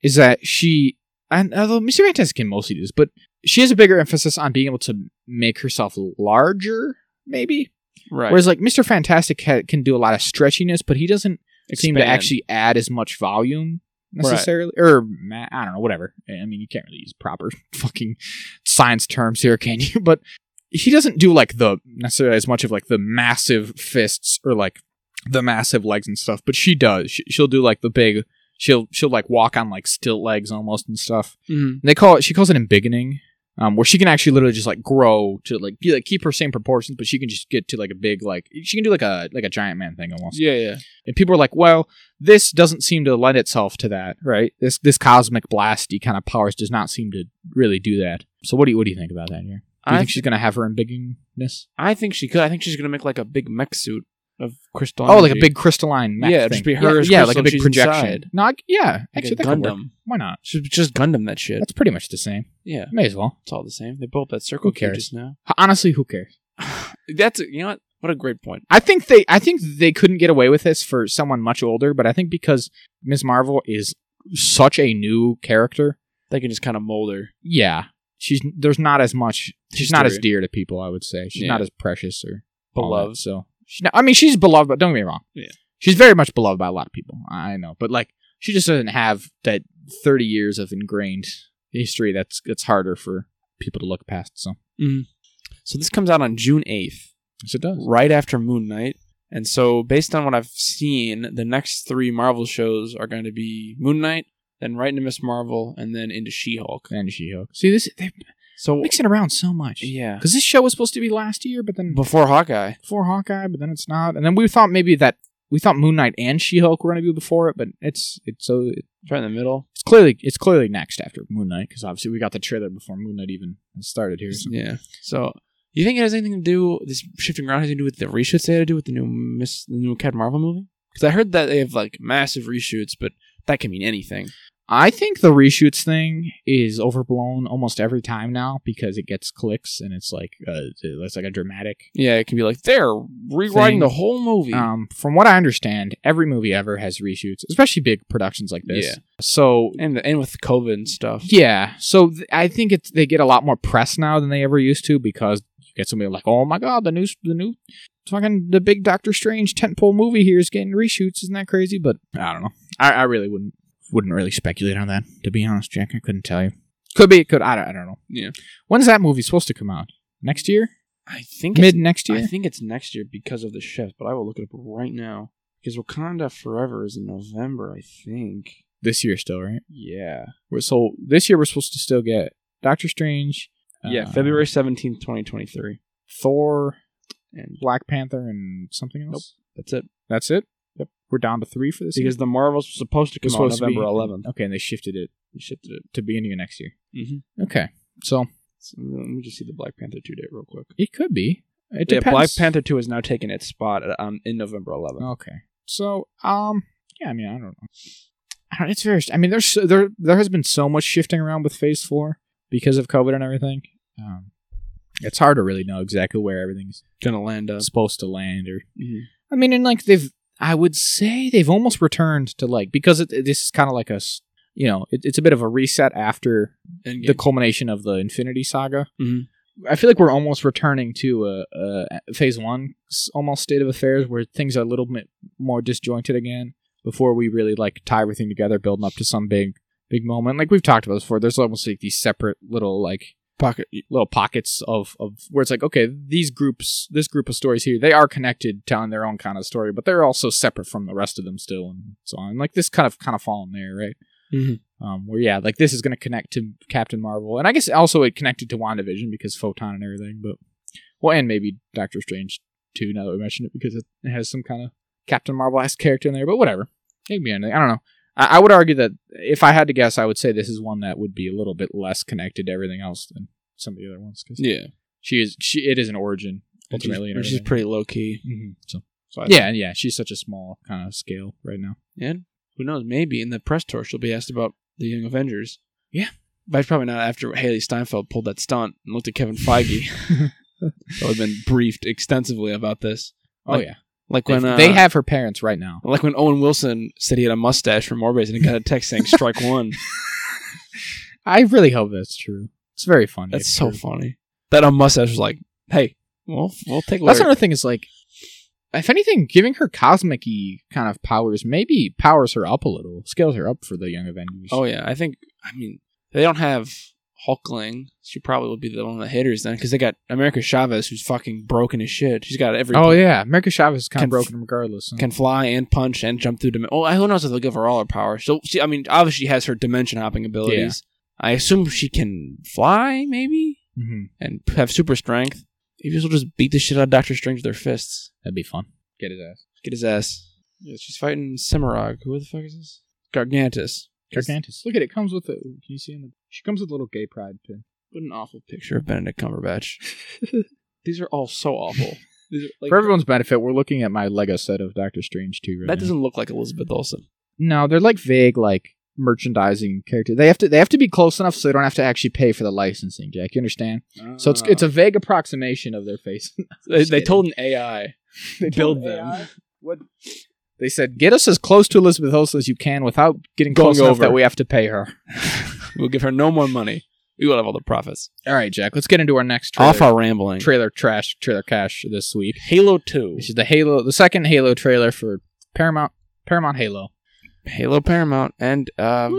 S2: Is that she and although Mister Fantastic can mostly do this, but she has a bigger emphasis on being able to make herself larger, maybe.
S1: Right.
S2: Whereas like Mister Fantastic ha- can do a lot of stretchiness, but he doesn't seem to
S1: expand.
S2: actually add as much volume
S1: Right.
S2: necessarily or ma- I don't know whatever. I mean, you can't really use proper fucking science terms here, can you? But he doesn't do like the necessarily as much of like the massive fists or like the massive legs and stuff, but she does. She, she'll do like the big she'll she'll like walk on like stilt legs almost and stuff.
S1: Mhm.
S2: And they call it she calls it embiggening um, where she can actually literally just like grow to like, be, like keep her same proportions but she can just get to like a big like she can do like a like a giant man thing almost
S1: Yeah, yeah.
S2: and people are like well this doesn't seem to lend itself to that right this this cosmic blasty kind of powers does not seem to really do that so what do you what do you think about that here do you
S1: I
S2: think
S1: think,
S2: she's gonna have her embiggingness
S1: I think she could. I think she's gonna make like a big mech suit of crystal.
S2: oh like a big crystalline mech
S1: Yeah,
S2: thing.
S1: it'd just be her as
S2: yeah, yeah like
S1: crystal
S2: a
S1: and
S2: big
S1: she's
S2: projection
S1: inside.
S2: no I, yeah actually that could work.
S1: Gundam.
S2: why not
S1: She's just Gundam that shit.
S2: that's pretty much the same
S1: Yeah,
S2: may as well
S1: it's all the same. They built that circle
S2: Who
S1: cube
S2: cares?
S1: just now.
S2: honestly who cares
S1: That's you know what? What a great point.
S2: I think they I think they couldn't get away with this for someone much older, but I think because Ms. Marvel is such a new character,
S1: They can just kind of mold her.
S2: yeah. She's there's not as much she's not as
S1: History.
S2: dear to people, I would say. She's
S1: Yeah.
S2: not as precious or all that,
S1: Beloved.
S2: So she's not, I mean she's beloved, but don't get me wrong.
S1: Yeah.
S2: She's very much beloved by a lot of people. I know. But like she just doesn't have that thirty years of ingrained history that's it's harder for people to look past. So
S1: So this comes out on June eighth,
S2: yes, it does.
S1: right after Moon Knight. And so, based on what I've seen, the next three Marvel shows are going to be Moon Knight, then right into Miss Marvel, and then into She Hulk.
S2: And she hook. See this they're
S1: So,
S2: mixing around so much.
S1: yeah,
S2: Because this show was supposed to be last year, but then
S1: before Hawkeye,
S2: before Hawkeye, but then it's not. And then we thought maybe that we thought Moon Knight and She Hulk were going to be before it, but it's it's so
S1: it's right in the middle.
S2: it's clearly it's clearly next after Moon Knight because obviously we got the trailer before Moon Knight even started here. So.
S1: Yeah. So, you think it has anything to do this shifting around has anything to do with the reshoots they had to do with the new Miss, the new Captain Marvel movie? Because I heard that they have like massive reshoots, but that can mean anything.
S2: I think the reshoots thing is overblown almost every time now because it gets clicks and it's like uh, it's like a dramatic
S1: Yeah, it can be like they're rewriting
S2: Thing.
S1: the whole movie.
S2: Um, from what I understand, every movie ever has reshoots, especially big productions like this.
S1: Yeah.
S2: So
S1: and and with COVID and stuff.
S2: Yeah, so th- I think it's they get a lot more press now than they ever used to because you get somebody like, "Oh my god, the new the new fucking the big Doctor Strange tentpole movie here is getting reshoots, isn't that crazy?" But I don't know. I, I really wouldn't wouldn't really speculate on that to be honest, Jack. I couldn't tell you. Could be, could I don't, I don't know.
S1: Yeah.
S2: When's that movie supposed to come out? Next year?
S1: I think it's
S2: Mid next year?
S1: I think it's next year because of the shift, but I will look it up right now. Because Wakanda Forever is in November, I think.
S2: this year still, right?
S1: Yeah.
S2: We're- So this year we're supposed to still get Doctor Strange,
S1: Yeah,
S2: uh,
S1: February 17th, 2023.
S2: Thor,
S1: And
S2: Black Panther, and something else.
S1: Nope. that's it.
S2: That's it. Yep. We're down to three for this.
S1: Because the Marvel's supposed to
S2: year?
S1: come
S2: It's
S1: out
S2: supposed to be-
S1: November 11th.
S2: Okay, and they shifted it
S1: They shifted it.
S2: to beginning of next year.
S1: Mhm.
S2: Okay, so
S1: So let me just see the Black Panther 2 date real quick.
S2: it could be. It
S1: Yeah,
S2: depends. Oh.
S1: Black Panther 2 has now taken its spot at, um, in November 11th.
S2: Okay, so um, yeah. I mean, I don't know. I don't, it's very. I mean, there's so- there there has been so much shifting around with Phase Four because of COVID and everything. Um, it's hard to really know exactly where everything's
S1: Gonna land up.
S2: supposed to land or
S1: Mhm.
S2: I mean, and like they've, I would say they've almost returned to like because it, this is kind of like a, s- you know, it, it's a bit of a reset after
S1: Endgame.
S2: the culmination of the Infinity Saga.
S1: Mhm.
S2: I feel like we're almost returning to a, a Phase One s- almost state of affairs where things are a little bit more disjointed again before we really like tie everything together, building up to some big, big moment. Like we've talked about this before, there's almost like these separate little like
S1: pocket.
S2: little pockets of of where it's like okay these groups this group of stories here they are connected telling their own kind of story but they're also separate from the rest of them still and so on like this kind of kind of falling there right
S1: Mhm.
S2: um where yeah like this is going to connect to captain marvel and i guess also it connected to wandavision because photon and everything but well and maybe doctor strange too now that we mentioned it because it it has some kind of captain marvel-esque character in there but whatever maybe anything i don't know I, I would argue that if i had to guess i would say this is one that would be a little bit less connected to everything else than some of the other ones because
S1: Yeah.
S2: she is she it is an origin
S1: Which is,
S2: ultimately and
S1: which is
S2: everything.
S1: pretty low key.
S2: Mhm. so
S1: So I
S2: yeah and yeah she's such a small kind of scale right now
S1: And who knows? Maybe in the press tour, she'll be asked about the Young Avengers.
S2: Yeah.
S1: But it's probably not after Haley Steinfeld pulled that stunt and looked at Kevin Feige. that would have been briefed extensively about this.
S2: oh
S1: Like,
S2: yeah
S1: Like when
S2: If
S1: uh,
S2: they have her parents right now
S1: like when Owen Wilson said he had a mustache from Morbius and he got a text saying "Strike one."
S2: i really hope that's true it's very funny
S1: That's
S2: if
S1: so
S2: true.
S1: funny. That a mustache was like, "Hey, well, we'll take a look."
S2: that's another thing is like if anything, giving her cosmic kind of powers maybe powers her up a little, scales her up for the Young Avengers.
S1: Oh yeah, I think. I mean, they don't have Hulkling. She probably would be the one that hitters then, because they got America Chavez, who's fucking broken as shit. She's got every.
S2: Oh yeah, America Chavez is kind
S1: Can
S2: of broken regardless.
S1: Can fly and punch and jump through dimension. Well, who knows if they'll give her all her power? She'll, she, I mean, obviously she has her dimension hopping abilities. I assume she can fly, maybe,
S2: hmm
S1: and p- have super strength. Maybe she'll just beat the shit out of Doctor Strange with her fists.
S2: That'd be fun. Get his ass.
S1: Get his ass. Yeah, she's fighting Cimarog. Who the fuck is this? Gargantus.
S2: Gargantus. Look at it. Comes with a. Can you see him? She comes with a little gay pride pin.
S1: What an awful picture of Benedict Cumberbatch. These are all so awful. These are, like,
S2: For everyone's benefit, we're looking at my Lego set of Doctor Strange too. Right
S1: that
S2: now.
S1: doesn't look like Elizabeth Olsen.
S2: No, they're like vague, like merchandising character. They have to they have to be close enough so they don't have to actually pay for the licensing. Jack, you understand? So it's
S1: Oh.
S2: it's a vague approximation of their face.
S1: Uh, they, they told an AI.
S2: they
S1: build them.
S2: What? They said, get us as close to Elizabeth Olsen as you can without getting
S1: Going
S2: close enough
S1: over.
S2: that we have to pay her.
S1: We'll give her no more money. We will have all the profits.
S2: All right, Jack. Let's get into our next trailer.
S1: Off our rambling.
S2: trailer trash trailer cash this week.
S1: Halo 2.
S2: This is the Halo, the second Halo trailer for Paramount Paramount Halo.
S1: Halo Paramount. And, um,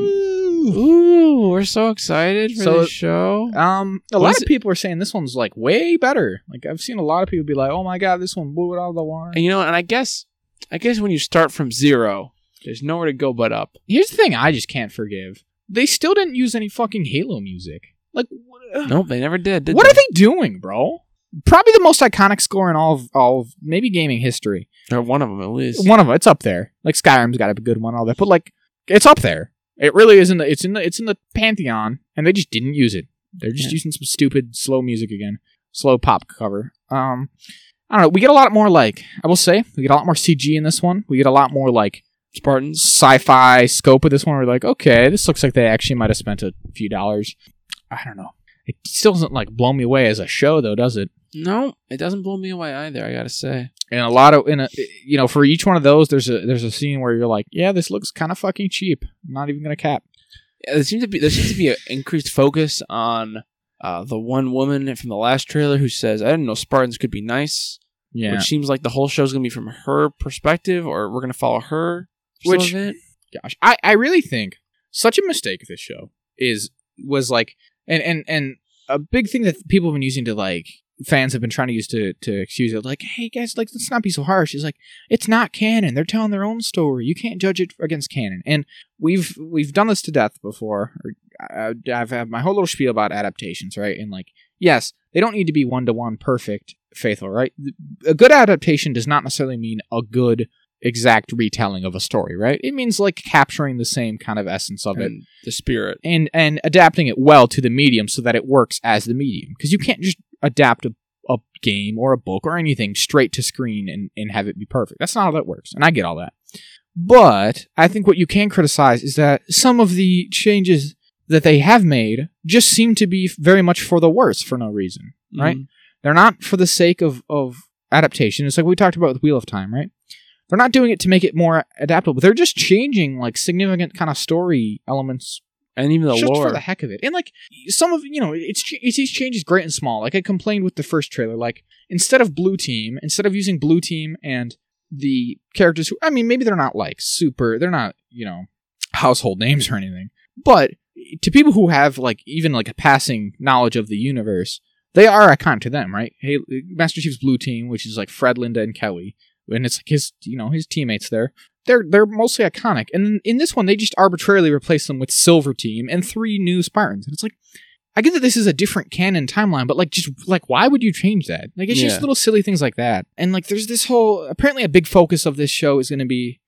S1: ooh, we're so excited for
S2: So-
S1: this show.
S2: Um, a
S1: What
S2: lot
S1: is
S2: of people are saying this one's like way better. Like I've seen a lot of people be like, "Oh my god, this one blew it out of the water."
S1: And, you know, and I guess, I guess when you start from zero, there's nowhere to go but up.
S2: Here's the thing: I just can't forgive. They still didn't use any fucking Halo music. Like, what,
S1: Nope, they never did. did
S2: what are they doing, bro? Probably the most iconic score in all of, all of maybe gaming history.
S1: they? Or one of them, at least.
S2: One of them, it's up there. Like Skyrim's got a good one, all that, but like it's up there. It really is in the it's in the it's in the pantheon, and they just didn't use it. They're just
S1: Yeah.
S2: using some stupid slow music again, slow pop cover. Um, I don't know. We get a lot more like I will say we get a lot more CG in this one. We get a lot more like
S1: Spartans.
S2: sci-fi scope of this one. We're like, okay, this looks like they actually might have spent a few dollars. I don't know. It still doesn't like blow me away as a show, though, does it?
S1: No, it doesn't blow me away either, I gotta say.
S2: And a lot of in a you know for each one of those, there's a there's a scene where you're like, yeah, this looks kind of fucking cheap. I'm not even gonna cap.
S1: Yeah, there seems to be there seems to be an increased focus on uh, the one woman from the last trailer who says, "I didn't know Spartans could be nice,"
S2: Yeah,
S1: which seems like the whole show's gonna be from her perspective, or we're gonna follow her. for
S2: Which-
S1: some of it.
S2: gosh, I I really think such a mistake of this show is was like and and and a big thing that people have been using to like fans have been trying to use to to excuse it like hey guys like let's not be so harsh it's like it's not canon they're telling their own story you can't judge it against canon and we've we've done this to death before or I, i've had my whole little spiel about adaptations right and like yes they don't need to be one-to-one perfect faithful right a good adaptation does not necessarily mean a good exact retelling of a story right it means like capturing the same kind of essence of it
S1: and the spirit.
S2: and and adapting it well to the medium so that it works as the medium because you can't just adapt a, a game or a book or anything straight to screen and, and have it be perfect that's not how that works and i get all that but i think what you can criticize is that some of the changes that they have made just seem to be very much for the worse for no reason right
S1: Mhm.
S2: they're not for the sake of of adaptation. It's like we talked about with Wheel of Time, right? They're not doing it to make it more adaptable. They're just changing like significant kind of story elements
S1: And even the
S2: just
S1: lore.
S2: for the heck of it. And like some of you know, it's ch- it's these changes great and small. Like I complained with the first trailer, like instead of blue team, instead of using blue team and the characters who I mean, maybe they're not like super, they're not you know household names or anything, but to people who have like even like a passing knowledge of the universe, they are iconic to them, right? Hey, Master Chief's blue team, which is like Fred, Linda, and Kelly, and it's like his you know his teammates there they're they're mostly iconic. And in this one, they just arbitrarily replace them with Silver Team and three new Spartans. And it's like, I get that this is a different canon timeline, but like, just like, why would you change that? Like, it's
S1: Yeah.
S2: just little silly things like that. And like, there's this whole apparently a big focus of this show is going to be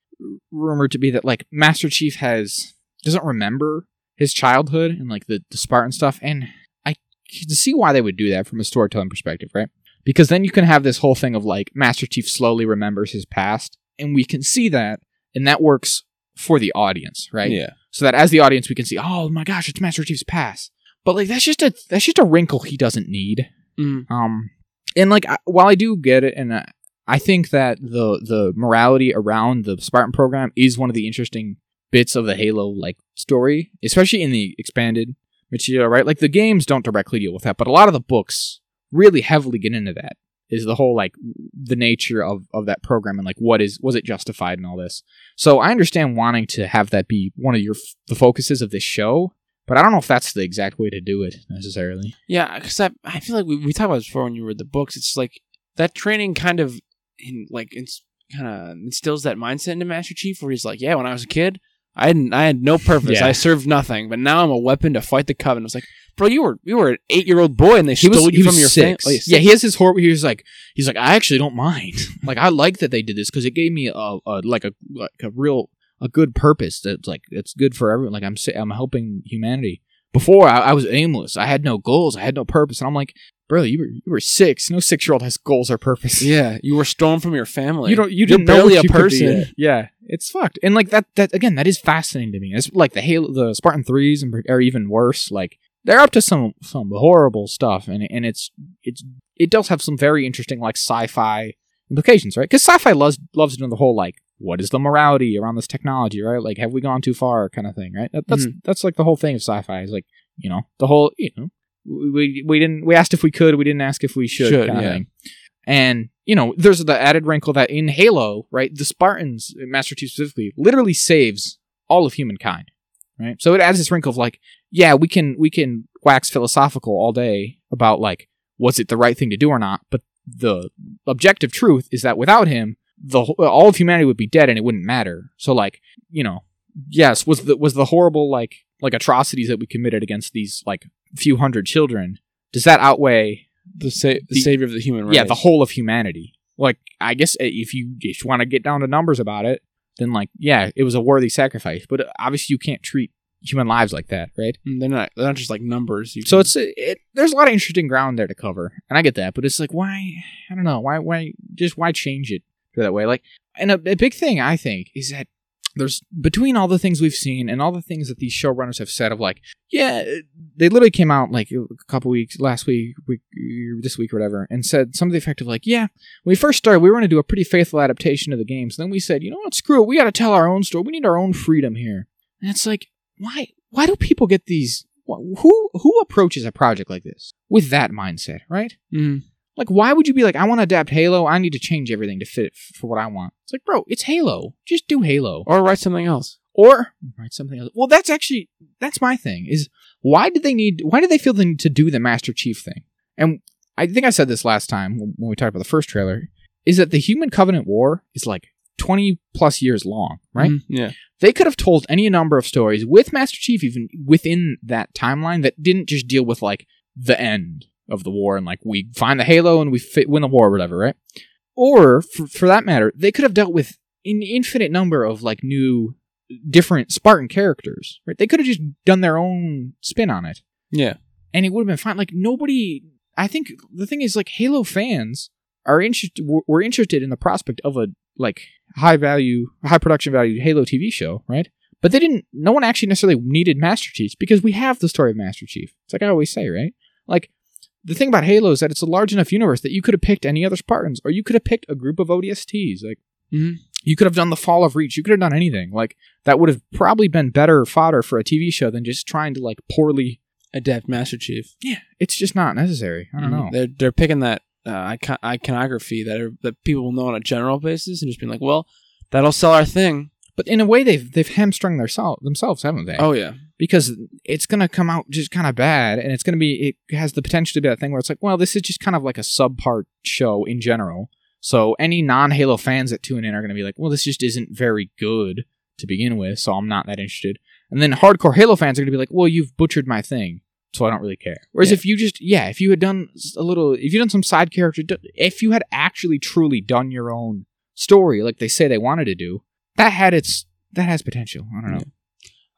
S2: rumored to be that like Master Chief has doesn't remember his childhood and like the, the Spartan stuff. And I can see why they would do that from a storytelling perspective, right? Because then you can have this whole thing of like Master Chief slowly remembers his past, and we can see that, and that works for the audience, right?
S1: Yeah.
S2: So that as the audience we can see, oh my gosh, it's Master Chief's past. But like that's just a that's just a wrinkle he doesn't need.
S1: Mm.
S2: Um, and like I, while I do get it, and I, I think that the the morality around the Spartan program is one of the interesting bits of the Halo like story, especially in the expanded material, right? Like the games don't directly deal with that, but a lot of the books really heavily get into that. is the whole like the nature of of that program and like what is was it justified and all this. So I understand wanting to have that be one of your f- the focuses of this show, but I don't know if that's the exact way to do it necessarily.
S1: Yeah, because I, I feel like we, we talked about this before when you read the books. It's like that training kind of in, like it's kind of instills that mindset into Master Chief, where he's like, "Yeah, when I was a kid, I didn't, I had no purpose.
S2: Yeah.
S1: I served nothing, but now I'm a weapon to fight the Covenant." It's like, bro, you were you were an eight year old boy, and they stole you from your oh, family.
S2: six. yeah, he has his horror. He was like, he's like, I actually don't mind. like, I like that they did this because it gave me a, a like a like a real a good purpose. That's like it's good for everyone. Like I'm sa- I'm helping humanity. Before I, I was aimless. I had no goals. I had no purpose. And I'm like, bro, you were you were six. No six year old has goals or purpose.
S1: yeah, you were stolen from your family.
S2: You don't. You
S1: You're
S2: didn't know
S1: barely
S2: what
S1: a
S2: you could be
S1: person.
S2: yet. Yeah, it's fucked. And like that. That again. That is fascinating to me. It's like the Halo, the Spartan threes, and are even worse. Like they're up to some some horrible stuff, and and it's it's it does have some very interesting like sci-fi implications, right? Because sci-fi loves loves doing the whole like what is the morality around this technology, right? Like have we gone too far, kind of thing, right? That, that's that's like the whole thing of sci-fi is like you know the whole you know we we didn't we asked if we could, we didn't ask if we should,
S1: Should,
S2: kind of
S1: yeah.
S2: thing. And you know, there's the added wrinkle that in Halo, right, the Spartans, uh, Master Chief specifically, literally saves all of humankind, right? So it adds this wrinkle of like, yeah, we can we can wax philosophical all day about like was it the right thing to do or not, but the objective truth is that without him, the wh- all of humanity would be dead and it wouldn't matter. So like, you know, yes, was the was the horrible like like atrocities that we committed against these like few hundred children, does that outweigh
S1: the, sa- the,
S2: The-
S1: savior of the human race.
S2: yeah the whole of humanity like i guess uh, if you just want to get down to numbers about it then like yeah it was a worthy sacrifice but uh, obviously you can't treat human lives like that right
S1: Mm, they're not they're not just like numbers. You
S2: so
S1: can-
S2: it's it, it- there's a lot of interesting ground there to cover and i get that but it's like why i don't know why why just why change it that way like and a, a big thing i think is that there's between all the things we've seen and all the things that these showrunners have said of like yeah they literally came out like a couple weeks last week, week this week or whatever and said something to the effect of like yeah when we first started we were going to do a pretty faithful adaptation of the games then we said you know what screw it we got to tell our own story we need our own freedom here and it's like why why do people get these wh- who who approaches a project like this with that mindset right
S1: Mm.
S2: like, why would you be like, I want to adapt Halo. I need to change everything to fit it f- for what I want. It's like, bro, it's Halo. Just do Halo
S1: or write something else.
S2: or write something else. Well, that's actually that's my thing. Is why did they need? Why did they feel the need to do the Master Chief thing? And I think I said this last time when when we talked about the first trailer. Is that the Human Covenant War is like twenty plus years long, right?
S1: Mm, Yeah.
S2: They could have told any number of stories with Master Chief even within that timeline that didn't just deal with like the end of the war and like we find the halo and we fit, win the war or whatever, right? Or for, for that matter, they could have dealt with an infinite number of like new different Spartan characters, right? They could have just done their own spin on it
S1: Yeah.
S2: and it would have been fine. Like nobody, I think the thing is like Halo fans are interested. Were were interested in the prospect of a like high value, high production value Halo TV show, right? But they didn't. No one actually necessarily needed Master Chief because we have the story of Master Chief. It's like I always say, right? Like the thing about Halo is that it's a large enough universe that you could have picked any other Spartans, or you could have picked a group of ODSTs. Like
S1: Mhm.
S2: you could have done the Fall of Reach. You could have done anything. Like that would have probably been better fodder for a TV show than just trying to like poorly
S1: Adapt Master Chief.
S2: yeah, it's just not necessary. I don't know.
S1: They're they're picking that uh, icon- iconography that are, that people will know on a general basis and just being like, well, that'll sell our thing.
S2: But in a way, they've they've hamstrung their sel- themselves, haven't they?
S1: Oh yeah,
S2: because it's gonna come out just kind of bad, and it's gonna be it has the potential to be that thing where it's like, well, this is just kind of like a subpart show in general. So any non-Halo fans that tune in are gonna be like, well, this just isn't very good to begin with, so I'm not that interested. And then hardcore Halo fans are gonna be like, well, you've butchered my thing, so I don't really care. Whereas
S1: Yeah.
S2: if you just yeah, if you had done s- a little, if you done some side character, d- if you had actually truly done your own story like they say they wanted to do, that had its that has potential. I don't know.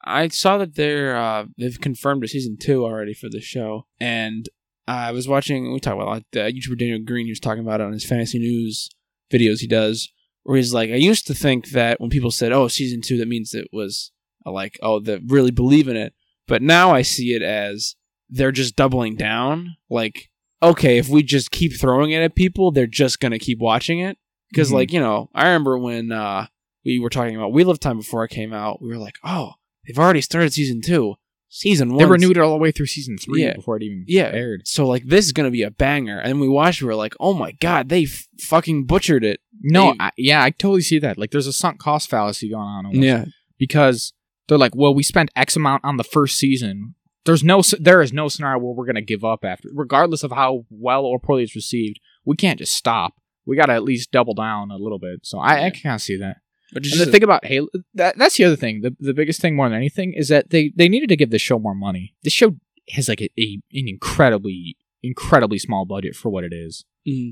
S1: I saw that they're uh, they've confirmed a season two already for the show, and I was watching. We talk about like the YouTuber Daniel Green, who's talking about it on his fantasy news videos he does, where he's like, I used to think that when people said, "Oh, season two, that means it was uh, like, oh, they really believe in it, but now I see it as they're just doubling down. Like, okay, if we just keep throwing it at people, they're just gonna keep watching it. Because
S2: Mhm.
S1: like you know, I remember when uh, we were talking about Wheel of Time before it came out, we were like, oh, they've already started season two, season one.
S2: They renewed it all the way through season three
S1: Yeah.
S2: before it even
S1: Yeah.
S2: aired.
S1: So like this is gonna be a banger, and we watched. it, We are like, oh my god, they f- fucking butchered it.
S2: No,
S1: They-
S2: I, yeah, I totally see that. Like, there's a sunk cost fallacy going on. almost.
S1: Yeah,
S2: because they're like, well, we spent X amount on the first season. There's no, there is no scenario where we're gonna give up after, regardless of how well or poorly it's received. We can't just stop. We gotta at least double down a little bit. So I, I
S1: Yeah.
S2: can kind of see that.
S1: but
S2: And the thing about Halo, that, that's the other thing. The, the biggest thing more than anything is that they they needed to give the show more money. The show has like a, a an incredibly incredibly small budget for what it is,
S1: Mm-hmm.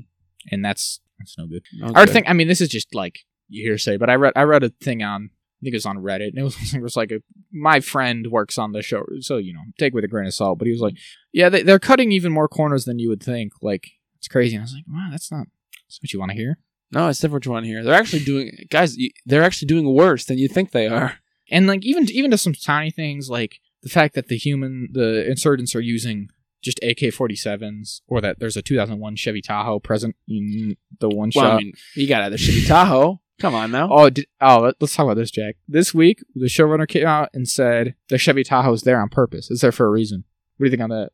S2: and that's that's no good. I would think. I mean, this is just like hearsay, but I read I read a thing on I think it was on Reddit, and it was, it was like a, my friend works on the show, so you know, take with a grain of salt. But he was like, "Yeah, they, they're cutting even more corners than you would think. Like it's crazy." And I was like, "Wow, that's not that's what you want to hear."
S1: No, it's different one here. They're actually doing, guys. y- They're actually doing worse than you think they are.
S2: And like even even to some tiny things like the fact that the human the insurgents are using just AK forty sevens, or that there's a two thousand one Chevy Tahoe present in the one shot.
S1: Well, I mean, you got either Chevy Tahoe. Come on now.
S2: Oh, did, oh, let, us talk about this, Jack. This week, the showrunner came out and said the Chevy Tahoe's there on purpose. It's there for a reason. What do you think on that?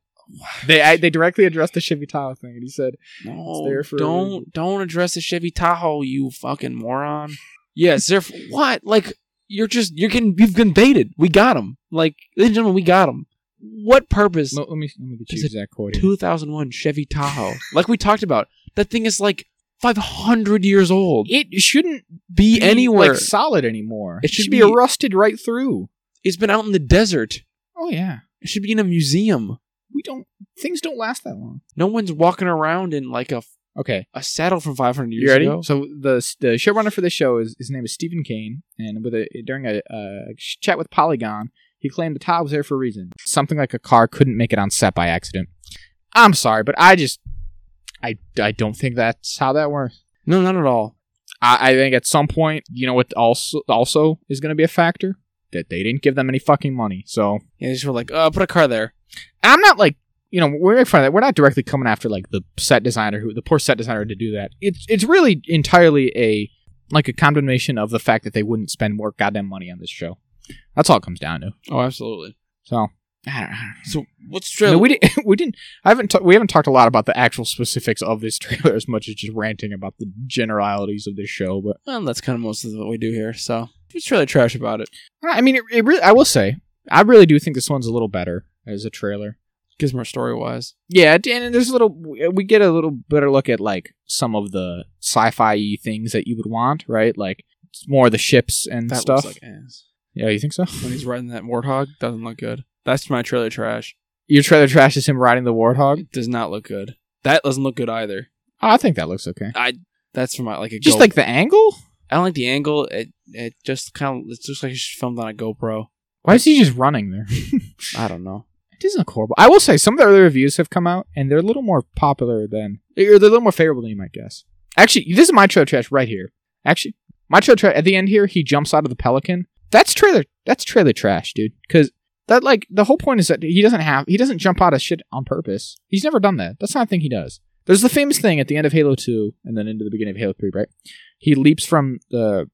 S2: They I, they directly addressed the Chevy Tahoe thing, and he said, it's
S1: no,
S2: there for a reason.
S1: don't don't address the Chevy Tahoe, you fucking moron. Yes, they're f- what? Like you're just you're getting you've been baited. We got them. Like ladies and gentlemen, we got them. What purpose?
S2: "Let, let me let me get
S1: Is
S2: you
S1: it
S2: exact quote." Here.
S1: 2001 Chevy Tahoe. like we talked about, that thing is like 500 years old.
S2: It shouldn't
S1: Be anywhere.
S2: like solid anymore.
S1: It
S2: It
S1: should
S2: should, be,
S1: be-
S2: rusted right through.
S1: it's been out in the desert.
S2: Oh yeah,
S1: It should be in a museum.
S2: we don't things don't last that long.
S1: No one's walking around in like a,
S2: Okay,
S1: a saddle from 500 years
S2: You ready?
S1: ago.
S2: So the the showrunner for this show is his name is Stephen Kane, and with a during a, uh chat with Polygon, he claimed the Tahoe was there for a reason. Something like a car couldn't make it on set by accident. I'm sorry, but I just I I don't think that's how that works.
S1: No, not at all.
S2: I, I think at some point, you know what also also is going to be a factor that they didn't give them any fucking money. So
S1: Yeah, they just were like, uh, put a car there.
S2: and I'm not like you know we're in front of that. We're not directly coming after like the set designer who the poor set designer to do that. It's it's really entirely a like a condemnation of the fact that they wouldn't spend more goddamn money on this show. That's all it comes down to.
S1: Oh, absolutely.
S2: So I don't, I don't
S1: So what's
S2: know.
S1: trailer?
S2: No, we didn't. We didn't. I haven't. ta- we haven't talked a lot about the actual specifics of this trailer as much as just ranting about the generalities of this show. But
S1: well, that's kind of most of what we do here. So it's really trash about it.
S2: I mean, it, it really. I will say, I really do think this one's a little better as a trailer.
S1: Gives more story wise.
S2: Yeah, and and there's a little we get a little better look at like some of the sci-fi things that you would want, right? Like it's more of the ships and
S1: That
S2: stuff.
S1: looks like ass.
S2: yeah, you think so?
S1: When he's riding that warthog, doesn't look good. That's my trailer trash.
S2: Your trailer trashes him riding the warthog.
S1: It does not look good. That doesn't look good either.
S2: Oh, I think that looks okay.
S1: That's for my like a
S2: Just
S1: Go-
S2: like the angle.
S1: I don't like the angle. It it just kind of it's just like it's filmed on a GoPro.
S2: Why is he just running there? it
S1: I don't know.
S2: doesn't look horrible. I will say some of the other reviews have come out and they're a little more popular than or they're a little more favorable than you might guess. Actually, this is my trailer trash right here. Actually, my trailer trash at the end here. He jumps out of the pelican. That's trailer. That's trailer trash, dude. Because that like the whole point is that he doesn't have he doesn't jump out of shit on purpose. He's never done that. That's not a thing he does. There's the famous thing at the end of Halo Two and then into the beginning of Halo Three, right? He leaps from the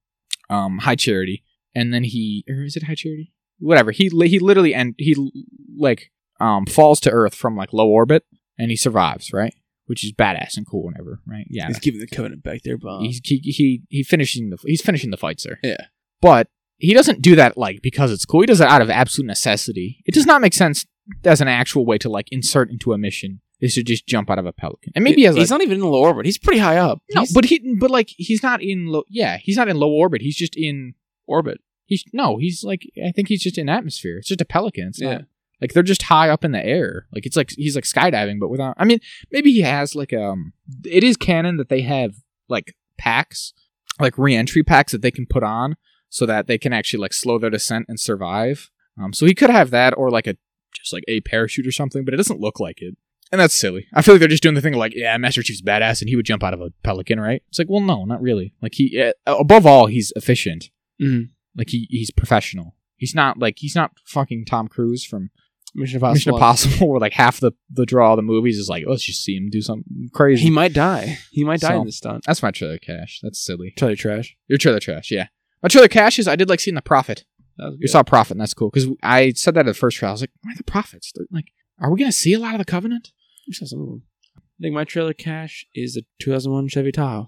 S2: um, High Charity and then he or is it High Charity? Whatever. He li- he literally and he like um falls to Earth from like low orbit and he survives, right? Which is badass and cool whenever, right? Yeah.
S1: He's giving the covenant back uh, their bomb.
S2: He's he, he he finishing the he's finishing the fights there.
S1: Yeah.
S2: But he doesn't do that like because it's cool. He does it out of absolute necessity. It does not make sense as an actual way to like insert into a mission is to just jump out of a pelican. And maybe he has
S1: he's
S2: a,
S1: not even in the low orbit. He's pretty high up.
S2: no,
S1: He's
S2: but he but like he's not in low yeah he's not in low orbit. He's just in
S1: orbit.
S2: he's no he's like I think he's just in atmosphere. It's just a pelican. It's
S1: Yeah.
S2: not, like they're just high up in the air. Like it's like he's like skydiving, but without. I mean, maybe he has like um. It is canon that they have like packs, like reentry packs that they can put on so that they can actually like slow their descent and survive. Um, so he could have that or like a just like a parachute or something, but it doesn't look like it. And that's silly. I feel like they're just doing the thing like, yeah, Master Chief's badass, and he would jump out of a pelican, right? It's like, well, no, not really. Like he, uh, above all, he's efficient.
S1: Mhm.
S2: Like he, he's professional. He's not like he's not fucking Tom Cruise from
S1: Mission Impossible.
S2: Mission Impossible, where like half the the draw of the movies is like, let's just see him do something crazy.
S1: He might die. He might die
S2: So-
S1: in this stunt.
S2: that's my trailer cash. That's silly.
S1: Trailer trash.
S2: Your trailer trash, yeah. My trailer cash is I did like seeing the prophet.
S1: That was
S2: We saw Prophet, and that's cool because I said that at the first trial. I was like, "Where are the prophets? They're- like, are we gonna see a lot of the Covenant?"
S1: We saw some of them. I think my trailer cash is the 2001 Chevy Tahoe.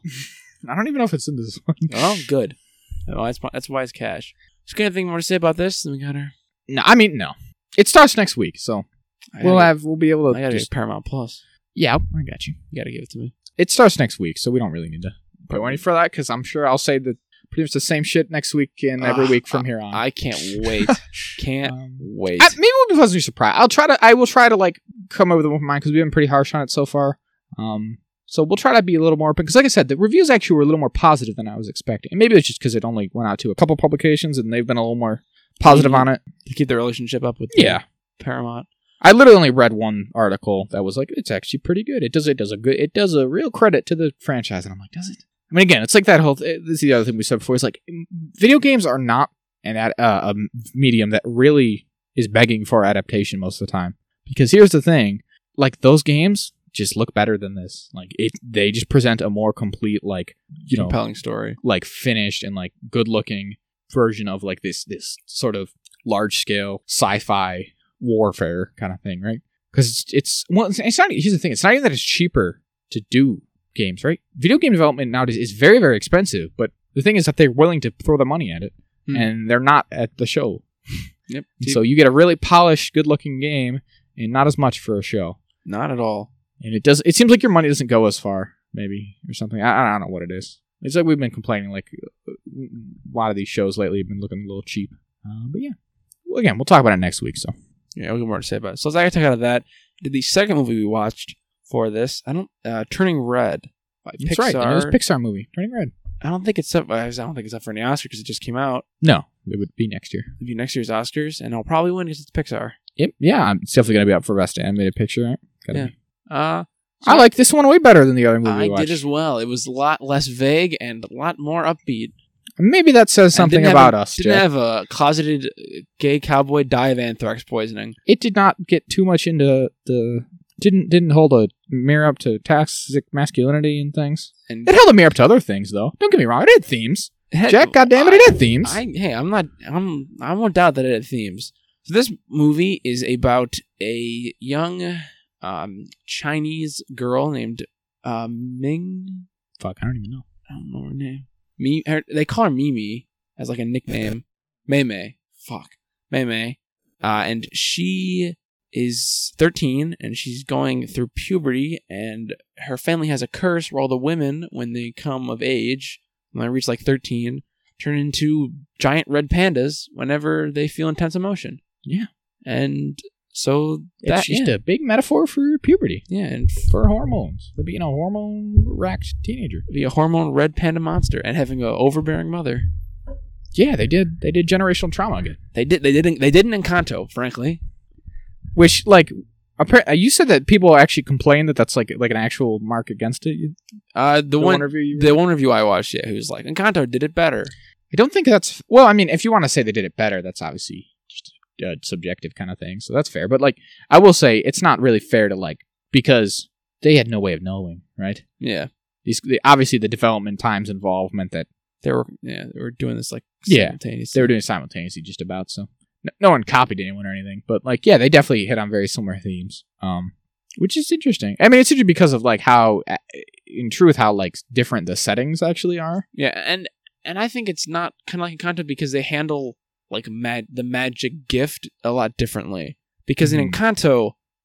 S2: I don't even know if it's in this one.
S1: oh, good. Oh, that's that's why it's cash. Just got anything more to say about this? And we got her.
S2: No, I mean no. It starts next week, so
S1: I
S2: we'll
S1: gotta
S2: have we'll be able
S1: get- I
S2: to.
S1: gotta
S2: Just,
S1: get Paramount Plus.
S2: yeah, I got you.
S1: You gotta give it to me.
S2: It starts next week, so we don't really need to go any for that because I'm sure I'll say the pretty much the same shit next week and every
S1: Ugh,
S2: week from here on.
S1: I can't wait. can't
S2: um,
S1: wait.
S2: I- maybe we'll be pleasantly surprised. I'll try to. I will try to like come over the one mine because we've been pretty harsh on it so far. Um, so we'll try to be a little more open because, like I said, the reviews actually were a little more positive than I was expecting. And maybe it's just because it only went out to a couple publications and they've been a little more positive
S1: Mhm.
S2: on it.
S1: to keep the relationship up with Paramount.
S2: I literally only read one article that was like, "It's actually pretty good. It does it does a good it does a real credit to the franchise." And I'm like, "Does it?" I mean, again, it's like that whole. Th- this is the other thing we said before. It's like m- video games are not an ad- uh, a medium that really is begging for adaptation most of the time. Because here's the thing: like those games just look better than this. Like it, they just present a more complete, like you know,
S1: compelling story.
S2: like finished and like good looking version of like this this sort of large scale sci-fi warfare kind of thing, right? Because it's, it's well, it's, it's not. Here's the thing: it's not even that it's cheaper to do games, right? Video game development nowadays is very very expensive, but the thing is that they're willing to throw the money at it,
S1: Hmm.
S2: and they're not at the show.
S1: Yep.
S2: And So you get a really polished, good looking game, and not as much for a show.
S1: not at all.
S2: And it does. It seems like your money doesn't go as far, maybe or something. I, I don't know what it is. It's like we've been complaining. Like uh, a lot of these shows lately have been looking a little cheap. Uh, but yeah, well, again, we'll talk about it next week. So
S1: Yeah, we'll get more to say about it. So let's take out of that. Did the second movie we watched for this? I don't. Uh, Turning Red by
S2: that's
S1: Pixar.
S2: right. The newest Pixar movie, Turning Red.
S1: I don't think it's up. I don't think it's up for any Oscar because it just came out.
S2: No, it would be next year.
S1: It'll be next year's Oscars, and I'll probably win because it's Pixar.
S2: Yep. Yeah, it's definitely gonna be up for best animated picture. Right? Gotta
S1: Yeah.
S2: be.
S1: Uh,
S2: I like this one way better than the other movie.
S1: I
S2: we watched.
S1: did as well. It was a lot less vague and a lot more upbeat.
S2: Maybe that says
S1: And didn't
S2: something
S1: have
S2: about
S1: a-
S2: us.
S1: Didn't
S2: Jack.
S1: have a closeted uh, gay cowboy die of anthrax poisoning.
S2: it did not get too much into the didn't didn't hold a mirror up to toxic masculinity and things.
S1: And
S2: It held a mirror up to other things, though. Don't get me wrong; it had themes.
S1: Heck,
S2: Jack, goddamn it,
S1: I-
S2: it had themes.
S1: I hey, I'm not I'm I won't doubt that it had themes. So this movie is about a young um, Chinese girl named uh, Ming.
S2: Fuck, I don't even know.
S1: I don't know her name. Me, her, they call her Mimi as like a nickname. Mei Mei. Fuck. Mei Mei. Uh, and she is 13 and she's going through puberty and her family has a curse where all the women when they come of age when they reach like 13 turn into giant red pandas whenever they feel intense emotion
S2: Yeah.
S1: and so
S2: It's
S1: that
S2: just
S1: yeah,
S2: a big metaphor for puberty,
S1: yeah and
S2: for hormones, for being a hormone racked teenager.
S1: be a hormone red panda monster and having a overbearing mother
S2: Yeah, they did. They did generational trauma again,
S1: They did. They didn't. They didn't in Kanto, frankly.
S2: which like. appar- uh, You said that people actually complain that that's like like an actual mark against it. you-
S1: Uh, the,
S2: the
S1: one,
S2: review you
S1: the one review I watched, yeah, who's like, Encanto did it better.
S2: I don't think that's well. I mean, if you want to say they did it better, that's obviously just a subjective kind of thing, so that's fair. But like, I will say it's not really fair to like because they had no way of knowing, right?
S1: Yeah,
S2: These the, obviously the development times involved meant that
S1: they were. Yeah, they were doing this like
S2: Yeah.
S1: simultaneously.
S2: they were doing it simultaneously, just about. So no, no one copied anyone or anything, but like, yeah, they definitely hit on very similar themes, um, which is interesting. I mean, it's interesting because of like how, uh, in truth, how like different the settings actually are.
S1: Yeah, and and I think it's not kind of like Encanto because they handle like mag- the magic gift a lot differently. Because in
S2: Mhm.
S1: Encanto,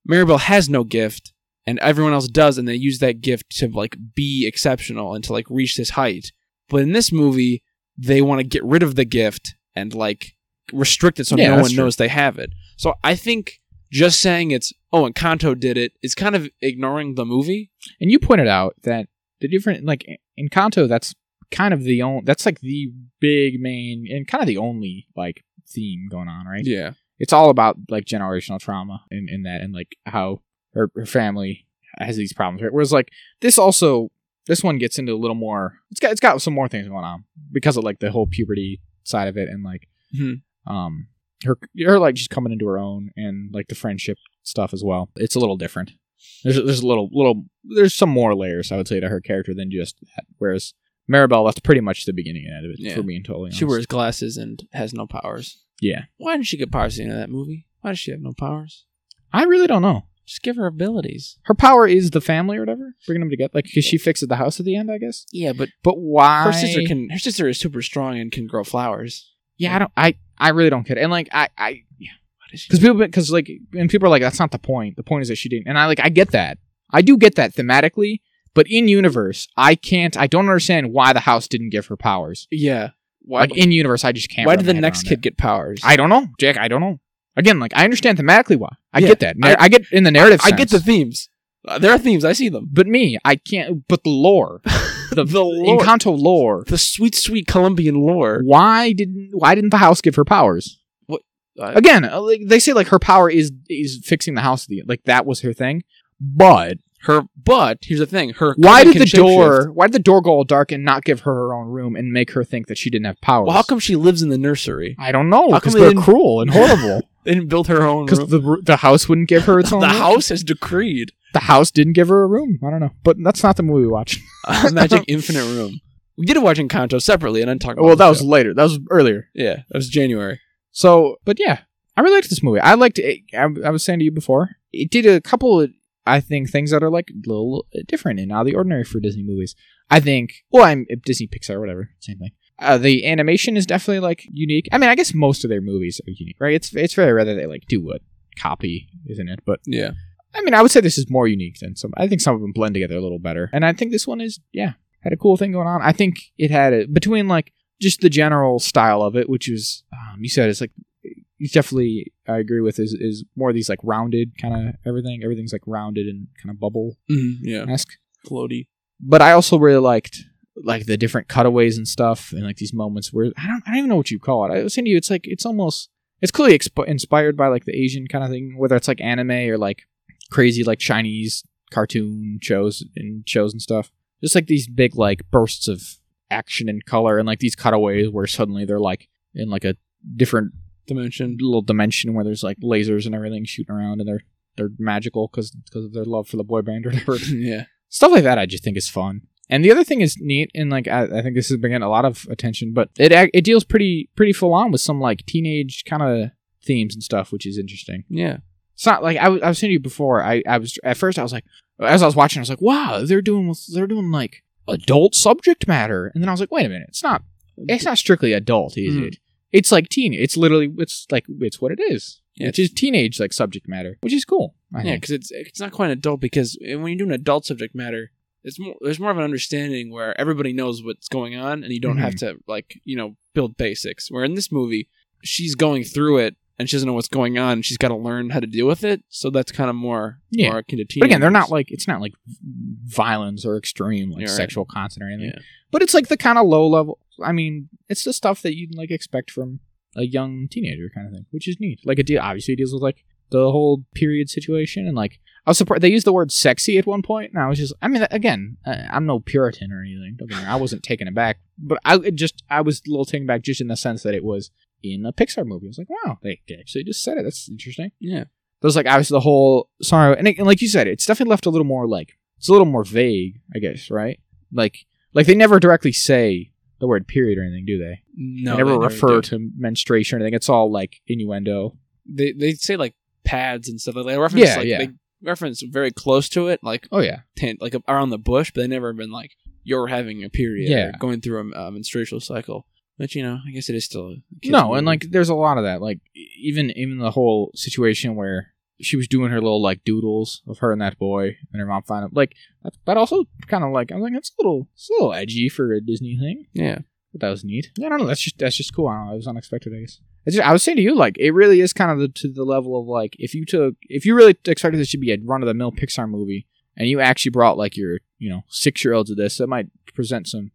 S1: Mirabelle has no gift, and everyone else does, and they use that gift to like be exceptional and to like reach this height. But in this movie, they want to get rid of the gift and like restrict it so
S2: Yeah,
S1: no
S2: that's
S1: one
S2: true.
S1: knows they have it. So I think just saying it's oh Encanto did it is kind of ignoring the movie.
S2: And you pointed out that the different like in Kanto, that's kind of the only that's like the big main and kind of the only like theme going on, right?
S1: Yeah,
S2: It's all about like generational trauma and in, that and like how her, her family has these problems, right? Whereas like this also this one gets into a little more it's got it's got some more things going on because of like the whole puberty side of it and like
S1: Mhm.
S2: um her her like she's coming into her own and like the friendship stuff as well. It's a little different. There's there's a little little there's some more layers I would say to her character than just that. Whereas Maribel that's pretty much the beginning and end of it
S1: Yeah.
S2: for being totally honest.
S1: she wears glasses and has no powers.
S2: Yeah.
S1: Why didn't she get powers at the end of that movie? Why does she have no powers?
S2: I really don't know.
S1: Just give her abilities.
S2: Her power is the family or whatever, bringing them together. Like, because she fixes the house at the end, I guess.
S1: Yeah, but
S2: But why?
S1: her sister can. Her sister is super strong and can grow flowers.
S2: Yeah, I don't. I I really don't get it. And like, I I
S1: Why does she?
S2: because people because like and people are like that's not the point the point is that she didn't and i like i get that i do get that thematically but in universe i can't i don't understand why the house didn't give her powers
S1: Yeah. Why?
S2: like in universe i just can't
S1: why
S2: wrap
S1: did the
S2: my head
S1: next
S2: around
S1: kid get powers?
S2: that. i don't know jack i don't know again like i understand thematically why i
S1: Yeah,
S2: get that Nar-
S1: I-
S2: I, get in the narrative
S1: I get the
S2: sense.
S1: themes. Uh, there are themes. I see them.
S2: but me i can't but the lore
S1: The,
S2: in
S1: lore,
S2: Encanto lore
S1: the sweet, sweet Colombian lore.
S2: why didn't why didn't the house give her powers
S1: What- I-
S2: again uh, like, they say like her power is is fixing the house at the like that was her thing but
S1: Her, but here's the thing. Her.
S2: why
S1: cousin
S2: did the
S1: can shapeshift.
S2: door why did the door go all dark and not give her her own room and make her think that she didn't have powers
S1: Well, how come she lives in the nursery?
S2: i don't know
S1: how come
S2: because
S1: they
S2: they're
S1: didn't-
S2: cruel and horrible
S1: They didn't build her own
S2: because
S1: room.
S2: the, ru- the house wouldn't give her its
S1: The,
S2: own room.
S1: house has decreed
S2: the house didn't give her a room i don't know but that's not the movie we watched
S1: a magic infinite room. We did watch Encanto separately and untalked.
S2: well that was later that was earlier
S1: yeah, that was January.
S2: So, but yeah, I really liked this movie. I liked. It, I, I was saying to you before, it did a couple. of, I think things that are like a little different and out of the ordinary for Disney movies. I think. Well, I'm Disney, Pixar, whatever, same thing. Uh, the animation is definitely like unique. I mean, I guess most of their movies are unique, right? It's it's very rare that they like do what copy, isn't it? But
S1: Yeah,
S2: I mean, I would say this is more unique than some. I think some of them blend together a little better, and I think this one is yeah had a cool thing going on. I think it had a, between like just the general style of it, which is um, you said it's like it's definitely I agree with is is more of these like rounded kind of everything. Everything's like rounded and kind of bubble
S1: mm, yeah,
S2: esque.
S1: floaty.
S2: But I also really liked like the different cutaways and stuff, and like these moments where I don't I don't even know what you call it. I was saying to you, it's like it's almost it's clearly exp- inspired by like the Asian kind of thing, whether it's like anime or like crazy like Chinese cartoon shows and shows and stuff. Just like these big like bursts of action and color, and like these cutaways where suddenly they're like in like a different
S1: dimension.
S2: little dimension where there's like lasers and everything shooting around, and they're they're magical because of their love for the boy band or whatever
S1: yeah.
S2: stuff like that i just think is fun and the other thing is neat and like i, I think this has been getting a lot of attention but it ac- it deals pretty pretty full on with some like teenage kind of themes and stuff which is interesting
S1: Yeah.
S2: it's not like I was I was saying to you before i i was at first i was like as i was watching i was like wow they're doing they're doing like adult subject matter and then i was like wait a minute it's not it's not strictly adult is
S1: Mm.
S2: it it's like teen it's literally it's like it's what it is
S1: Yeah.
S2: it's just teenage like subject matter which is cool I
S1: Yeah,
S2: think.
S1: because it's it's not quite an adult because when you do an adult subject matter, it's more there's more of an understanding where everybody knows what's going on and you don't have
S2: Mm-hmm.
S1: to like you know build basics. Where in this movie, she's going through it and she doesn't know what's going on. And she's got to learn how to deal with it. So that's kind of more
S2: Yeah.
S1: more akin to teenagers.
S2: But again, they're not like it's not like violence or extreme like
S1: Yeah, right.
S2: sexual content or anything.
S1: Yeah.
S2: But it's like the kind of low level. I mean, it's the stuff that you'd like expect from a young teenager kind of thing, which is neat. Like it de- obviously deals with like the whole period situation and like I was surprised they used the word sexy at one point, and I was just I mean again I, I'm no Puritan or anything. Don't get me wrong, I wasn't taken aback, but I it just I was a little taken aback just in the sense that it was in a Pixar movie. I was like, wow, they they actually just said it. That's interesting
S1: yeah.
S2: there's like obviously the whole sorrow and, it, and like you said it's definitely left a little more like it's a little more vague i guess right like like they never directly say the word period or anything do they
S1: No,
S2: they never
S1: they
S2: refer
S1: do.
S2: to menstruation or anything it's all like innuendo
S1: They they say like pads and stuff. Like they reference
S2: Yeah,
S1: like
S2: yeah.
S1: they reference very close to it, like
S2: oh yeah
S1: tent, like around the bush, but they never been like you're having a period,
S2: Yeah.
S1: or going through a, a menstrual cycle. But you know, I guess it is still a kid's
S2: no and
S1: movie.
S2: like there's a lot of that like e- even even the whole situation where she was doing her little like doodles of her and that boy and her mom found out like that, that also kind of like i'm like that's a little it's a little edgy for a disney thing
S1: yeah,
S2: But that was neat. Yeah, no, no, that's just that's just cool. I don't know. It was unexpected, I guess. It's just, I was saying to you, like, it really is kind of the, to the level of like, if you took, if you really expected this to be a run of the mill Pixar movie, and you actually brought like your, you know, six year old to this, that might present some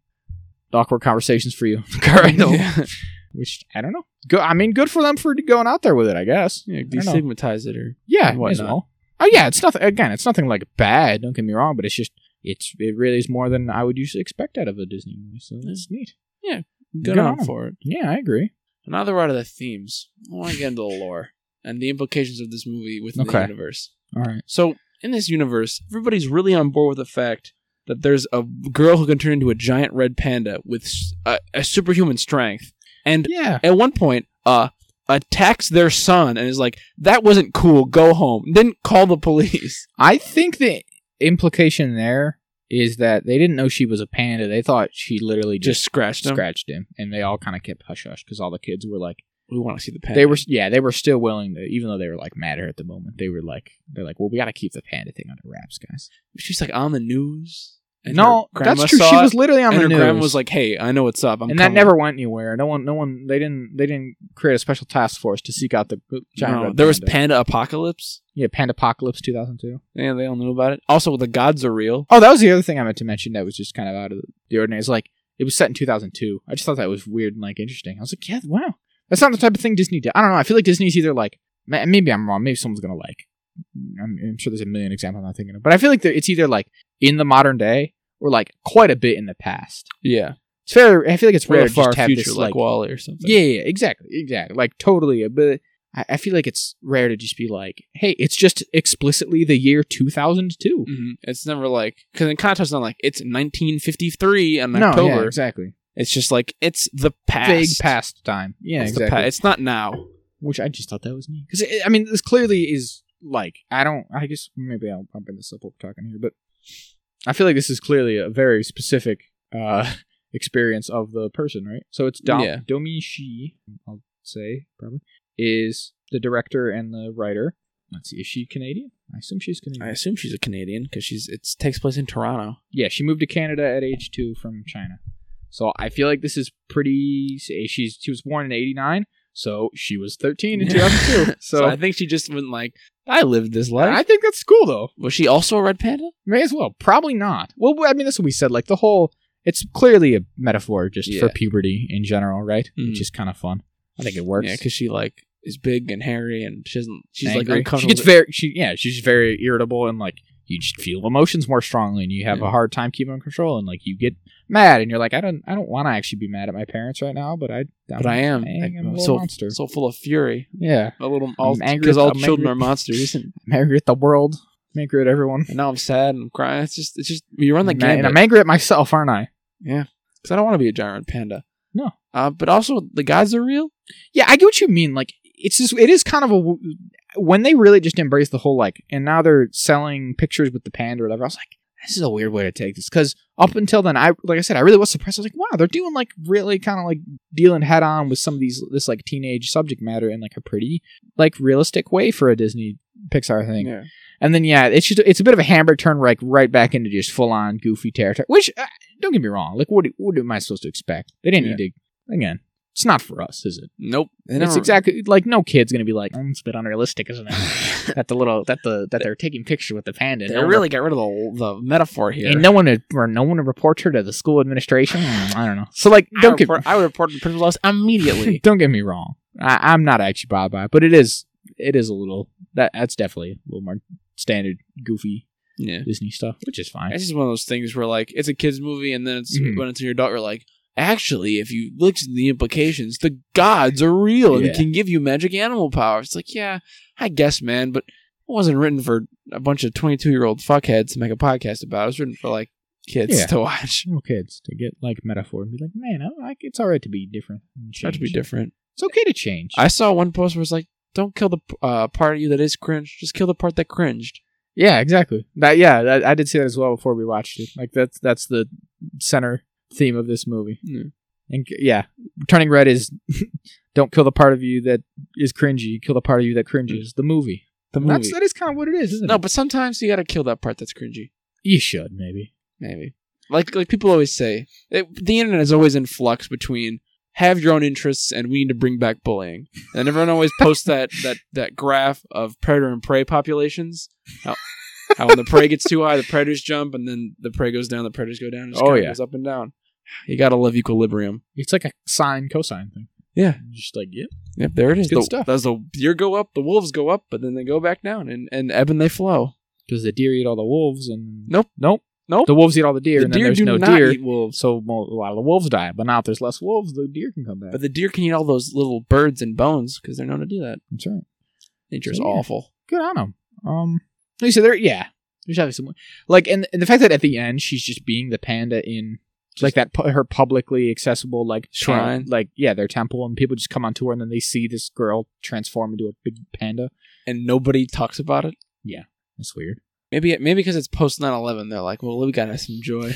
S2: awkward conversations for you. Current,
S1: yeah,
S2: which I don't know. Go, I mean, good for them for going out there with it, I guess.
S1: yeah
S2: I don't know.
S1: destigmatize it or
S2: Yeah,
S1: and
S2: might as
S1: whatnot.
S2: well. Oh yeah, it's nothing. Again, it's nothing like bad. Don't get me wrong, but it's just it's it really is more than I would usually expect out of a Disney movie. So that's neat.
S1: good
S2: Good
S1: on
S2: on 'em.
S1: for it.
S2: Yeah, I agree.
S1: And now that we're out of the themes, I want to get into the lore and the implications of this movie within the
S2: Okay.
S1: universe.
S2: All right.
S1: So in this universe, everybody's really on board with the fact that there's a girl who can turn into a giant red panda with s- a, a superhuman strength and
S2: Yeah.
S1: at one point, uh, attacks their son and is like, "That wasn't cool. Go home." Then call the police.
S2: I think the implication there is that they didn't know she was a panda. They thought she literally
S1: Just
S2: just,
S1: scratched him.
S2: scratched him, and they all kind of kept hush hush because all the kids were like,
S1: We want to see the panda.
S2: they were yeah, they were still willing to, even though they were like mad at her at the moment. They were like, they're like, well, we got to keep the panda thing under wraps, guys.
S1: She's like on the news.
S2: no,
S1: her grandma
S2: that's true.
S1: saw
S2: She
S1: it,
S2: was literally on
S1: and
S2: the
S1: her
S2: news.
S1: grandma was like, "Hey, I know what's up." I'm
S2: and that
S1: coming."
S2: never went anywhere. No one, no one. They didn't. They didn't create a special task force to seek out the giant.
S1: No,
S2: red
S1: there was
S2: panda.
S1: panda apocalypse.
S2: yeah, Pandapocalypse 2002.
S1: Yeah, they all knew about it. Also, the gods are real.
S2: Oh, that was the other thing I meant to mention that was just kind of out of the ordinary. It's like it was set in 2002. I just thought that was weird and like interesting. I was like, yeah, wow, that's not the type of thing Disney did. I don't know. I feel like Disney's either like ma- maybe I'm wrong. Maybe someone's gonna like. I'm, I'm sure there's a million examples I'm not thinking of, but I feel like they're- it's either like in the modern day or like quite a bit in the past.
S1: Yeah,
S2: It's fair. I feel like it's
S1: Or
S2: rare
S1: the
S2: to
S1: far
S2: just have
S1: future,
S2: this
S1: like,
S2: like,
S1: Wally or something.
S2: yeah, yeah, exactly, exactly. Like totally, but I, I feel like it's rare to just be like, hey, it's just explicitly the year 2002.
S1: Mhm. It's never like because it kind of touches on like it's 1953 and
S2: No,
S1: Mm, October.
S2: yeah, exactly.
S1: It's just like it's the past.
S2: Vague past time. Yeah,
S1: it's
S2: exactly.
S1: The past. It's not now.
S2: Which I just thought that was neat because I mean, this clearly is like I don't. I guess maybe I'll bump this up while we're talking here, but I feel like this is clearly a very specific uh experience of the person, right? So it's Dom
S1: Yeah.
S2: Domi Shi, I'll say probably is the director and the writer. Let's see, is she Canadian? I assume she's Canadian.
S1: I assume she's a Canadian because she's it takes place in Toronto.
S2: yeah, she moved to Canada at age two from China. So I feel like this is pretty. eh, She's she was born in '89, so she was 13 in 2002.
S1: So,
S2: So,
S1: I think she just went like, I lived this life.
S2: I think that's cool though.
S1: was she also a red panda?
S2: May as well. Probably not. Well, I mean, that's what we said. Like the whole, it's clearly a metaphor just for
S1: Yeah.
S2: puberty in general, right?
S1: Mhm.
S2: Which is kind of fun. I think it works.
S1: Yeah, because she like is big and hairy and she doesn't. She's
S2: Angry.
S1: like
S2: she
S1: uncomfortable.
S2: gets very, she yeah, she's very irritable and like you just feel emotions more strongly and you have
S1: Yeah.
S2: a hard time keeping control and like you get mad and you're like, I don't, I don't want to actually be mad at my parents right now, but I, I'm,
S1: but I am.
S2: dang, I'm a
S1: I'm
S2: little
S1: so
S2: monster.
S1: so full of fury.
S2: yeah,
S1: A little all
S2: angry
S1: because
S2: at-
S1: all
S2: I'm
S1: children
S2: angry-
S1: are monsters, and,
S2: I'm angry at the world. I'm angry at everyone.
S1: and now I'm sad and I'm crying. It's just it's just you run the
S2: I'm ma-
S1: game
S2: and I'm angry at myself, aren't I?
S1: because I don't want to be a giant red panda.
S2: No.
S1: uh, but also the guys are real.
S2: Yeah, I get what you mean. Like it's just it is kind of a w- when they really just embrace the whole like, and now they're selling pictures with the panda or whatever. I was like, this is a weird way to take this because up until then, I like I said, I really was surprised. I was like, wow, they're doing like really kind of like dealing head on with some of these this like teenage subject matter in like a pretty like realistic way for a Disney Pixar thing.
S1: Yeah.
S2: And then yeah, it's just it's a bit of a hamburger turn like right back into just full on goofy territory. Which uh, don't get me wrong, like what what am I supposed to expect? They didn't need to again. It's not for us, is it?
S1: Nope. They
S2: it's
S1: never-
S2: exactly like no kid's gonna be like, mm, it's a bit unrealistic, isn't it? that the little that the that they're taking picture with the panda.
S1: They
S2: No one-
S1: really got rid of the the metaphor here.
S2: and no one to- or no one to report her to the school administration. Mm, I don't know. So like, don't
S1: I,
S2: get
S1: report, I would report the principal's immediately.
S2: don't get me wrong. I, I'm not actually bothered by it, but it is it is a little that that's definitely a little more standard goofy
S1: yeah.
S2: Disney stuff, which is fine.
S1: It's just one of those things where like it's a kids movie, and then it's
S2: Mhm.
S1: when it's an adult, you're like, actually, if you look at the implications, the gods are real and
S2: Yeah.
S1: can give you magic animal powers. It's like, yeah, I guess, man, but it wasn't written for a bunch of 22 year old fuckheads to make a podcast about. It was written for like kids
S2: Yeah.
S1: to watch.
S2: Little kids to get like metaphor and be like, man, I, I, it's all right to be different. and
S1: Try to be
S2: change.
S1: different.
S2: It's okay to change.
S1: I saw one post where it's like, don't kill the uh, part of you that is cringe. Just kill the part that cringed.
S2: Yeah, exactly. That yeah, that, I did see that as well before we watched it. Like that's that's the center theme of this movie.
S1: Mm.
S2: And c- yeah, turning red is don't kill the part of you that is cringy. Kill the part of you that cringes. The movie.
S1: The
S2: And
S1: movie.
S2: That's that is kind of what it is, isn't
S1: no,
S2: it?
S1: but sometimes you got to kill that part that's cringy.
S2: you should maybe.
S1: maybe like like people always say it, the internet is always in flux between have your own interests and we need to bring back bullying and everyone always posts that that that graph of predator and prey populations how, how when the prey gets too high the predators jump and then the prey goes down the predators go down and just
S2: Oh,
S1: kinda
S2: yeah.
S1: goes up and down you gotta love equilibrium
S2: It's like a sine cosine thing.
S1: Yeah.
S2: Just like yeah.
S1: yep there it is
S2: Good
S1: the,
S2: stuff.
S1: Does the deer go up the wolves go up but then they go back down and, and ebb and they flow
S2: Because the deer eat all the wolves and
S1: Nope.
S2: nope,
S1: Nope.
S2: The wolves eat all the deer,
S1: the
S2: and then
S1: deer
S2: there's
S1: do
S2: no
S1: not
S2: deer.
S1: eat wolves
S2: So mo- a lot of the wolves die. But now if there's less wolves, the deer can come back.
S1: but the deer can eat all those little birds and bones because they're known to do that
S2: That's right.
S1: nature's
S2: Yeah.
S1: awful
S2: good on him. Um, like you said, there, yeah, there's obviously some like, and, and the fact that at the end she's just being the panda in like that pu- her publicly accessible like
S1: Shrine?
S2: pan- like yeah, their temple, and people just come on tour, and then they see this girl transform into a big panda.
S1: and nobody talks about it.
S2: That's weird.
S1: Maybe maybe because it's post 9-11, they're like, well, we gotta have some joy.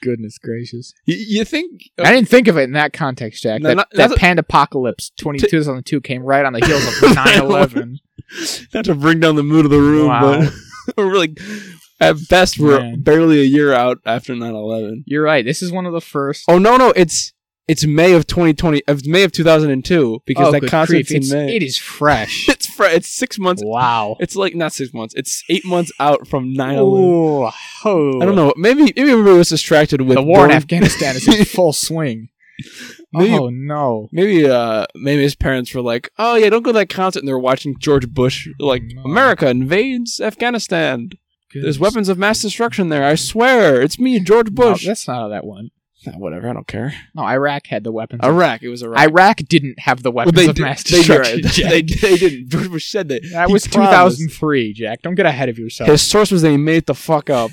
S2: Goodness gracious!
S1: You, you think? uh,
S2: I didn't think of it in that context, Jack.
S1: No,
S2: that
S1: not-
S2: that
S1: not-
S2: panda apocalypse 20, 2002 came right on the heels of 9-11.
S1: Oh, Not to bring down the mood of the room,
S2: Wow.
S1: but we're really at best we're
S2: Man.
S1: barely a year out after 9-11.
S2: You're right. This is one of the first.
S1: Oh no, no, it's it's May of twenty twenty, of May of two thousand and two because
S2: Oh,
S1: that
S2: good
S1: concert's
S2: grief,
S1: in
S2: it's-
S1: May.
S2: It is fresh.
S1: it's fr- it's six months.
S2: wow.
S1: It's like not six months. It's eight months out from 9-11.
S2: Ooh,
S1: I don't know. Maybe maybe everybody was distracted with
S2: The war in
S1: Boeing-
S2: Afghanistan is in full swing.
S1: Maybe-
S2: Oh no!
S1: Maybe uh maybe his parents were like, Oh yeah, don't go to that concert and they're watching George Bush like
S2: No.
S1: America invades Afghanistan. There's
S2: Goodness.
S1: weapons of mass destruction there, I swear. It's me, George
S2: No,
S1: Bush.
S2: that's not how that one.
S1: Nah, whatever, I don't care.
S2: No, Iraq had the weapons. of-
S1: Iraq, it was Iraq.
S2: Iraq didn't have the
S1: Well,
S2: weapons
S1: they,
S2: of
S1: did-
S2: mass
S1: they, did-
S2: destruction. Jack.
S1: they, they didn't. George Bush said that.
S2: that
S1: He
S2: was
S1: promised.
S2: 2003, Jack. Don't get ahead of yourself.
S1: His source was that he made it the fuck up.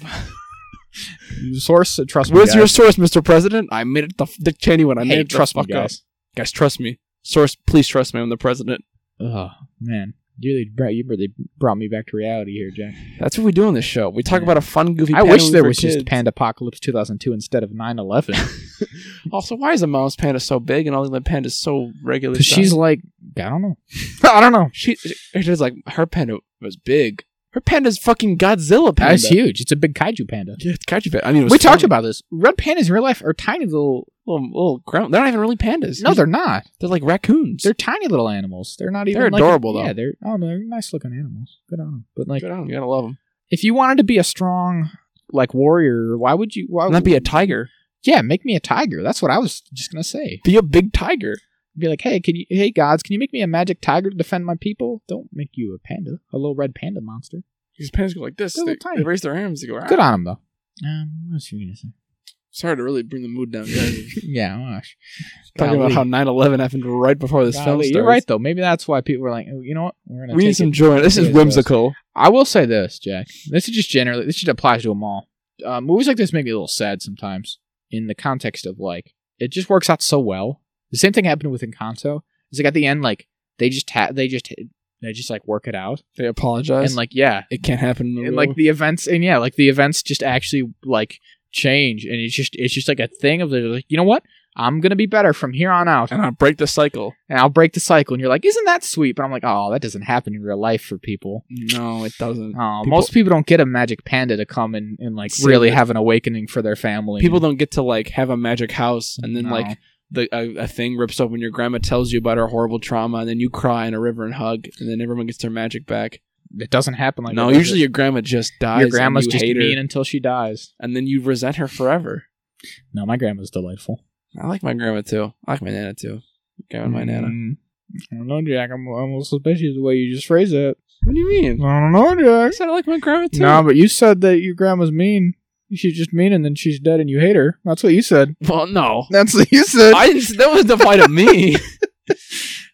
S2: source, trust me.
S1: Where's
S2: guys.
S1: your source, Mr. President? I made it the f- Dick Cheney when I made
S2: Hey,
S1: it the
S2: trust me,
S1: fuck up.
S2: guys.
S1: Guys, trust me. Source, please trust me. I'm the president.
S2: Oh man, you really, brought, you really brought me back to reality here, Jack.
S1: That's what we do on this show. We talk about a fun, goofy.
S2: I
S1: panda
S2: wish
S1: movie
S2: there
S1: for
S2: was
S1: kids.
S2: just Panda Apocalypse 2002 instead of 9/11.
S1: Also, why is a mouse panda so big and all the other pandas so regular?
S2: Because
S1: size?
S2: she's like, I don't know. I don't know.
S1: she, it is like her panda was big. Her panda's fucking Godzilla panda.
S2: That's huge. It's a big kaiju panda.
S1: Yeah, it's kaiju panda. I mean, it
S2: We
S1: was
S2: talked
S1: funny.
S2: about this. Red pandas in real life are tiny little.
S1: little, little ground. They're not even really pandas.
S2: No, they're not.
S1: they're like raccoons.
S2: They're tiny little animals. They're not even.
S1: They're
S2: like-
S1: adorable, though.
S2: Yeah, they're. Oh, they're nice looking animals. Good on 'em. But like,
S1: Good on 'em, You gotta love them.
S2: if you wanted to be a strong like warrior, why would you? Why
S1: Not be a tiger.
S2: Yeah, make me a tiger. That's what I was just gonna say.
S1: Be a big tiger.
S2: Be like, hey, can you? Hey, gods, can you make me a magic tiger to defend my people? Don't make you a panda, a little red panda monster.
S1: These pandas go like this.
S2: They're
S1: They,
S2: little tiny.
S1: they raise their arms. They go. "Ah."
S2: Good on them though. Um, what was you gonna say?
S1: Sorry to really bring the mood down, guys.
S2: Yeah, oh, gosh.
S1: Talking about
S2: Golly.
S1: how 9-11 happened right before this film
S2: Golly,
S1: starts.
S2: You're right though. Maybe that's why people are like, oh, you know what? We're gonna
S1: We
S2: take
S1: need
S2: it.
S1: some joy. This
S2: take
S1: is
S2: it to us.
S1: whimsical.
S2: I will say this, Jack. This is just generally. This just applies to them all. Uh, movies like this make me a little sad sometimes. In the context of like, it just works out so well. The same thing happened with Encanto. It's like at the end, like they just ha- they just they just like work it out,
S1: They apologize.
S2: and like yeah,
S1: it can't happen. In the
S2: and
S1: real-
S2: like the events, and yeah, like the events just actually like change, and it's just it's just like a thing of they're like, you know what? I'm gonna be better from here on out,
S1: and I break the cycle.
S2: and I'll break the cycle. And you're like, isn't that sweet? But I'm like, oh, that doesn't happen in real life for people.
S1: No, it doesn't.
S2: Oh,
S1: People-
S2: most people don't get a magic panda to come and, and like
S1: Save
S2: really
S1: it.
S2: have an awakening for their family.
S1: People don't get to like have a magic house, and then
S2: No.
S1: like the a, a thing rips open. Your grandma tells you about her horrible trauma, and then you cry in a river and hug, and then everyone gets their magic back.
S2: It doesn't happen like
S1: no,
S2: that, does
S1: usually
S2: it?
S1: your grandma just dies.
S2: your grandma's
S1: and you
S2: just
S1: hate her,
S2: mean until she dies.
S1: and then you resent her forever.
S2: No, my grandma's delightful.
S1: I like my grandma too. I like my nana too. Grandma, and my nana.
S2: Mm. I don't know, Jack. I'm, I'm a little suspicious of the way you just phrased it.
S1: What do you
S2: I
S1: mean?
S2: don't know,
S1: I
S2: Jack.
S1: said I like my grandma too.
S2: No, but you said that your grandma's mean. She's just mean, and then she's dead, and you hate her. That's what you said.
S1: well, no.
S2: That's what you said.
S1: I didn't. That was the fight of me.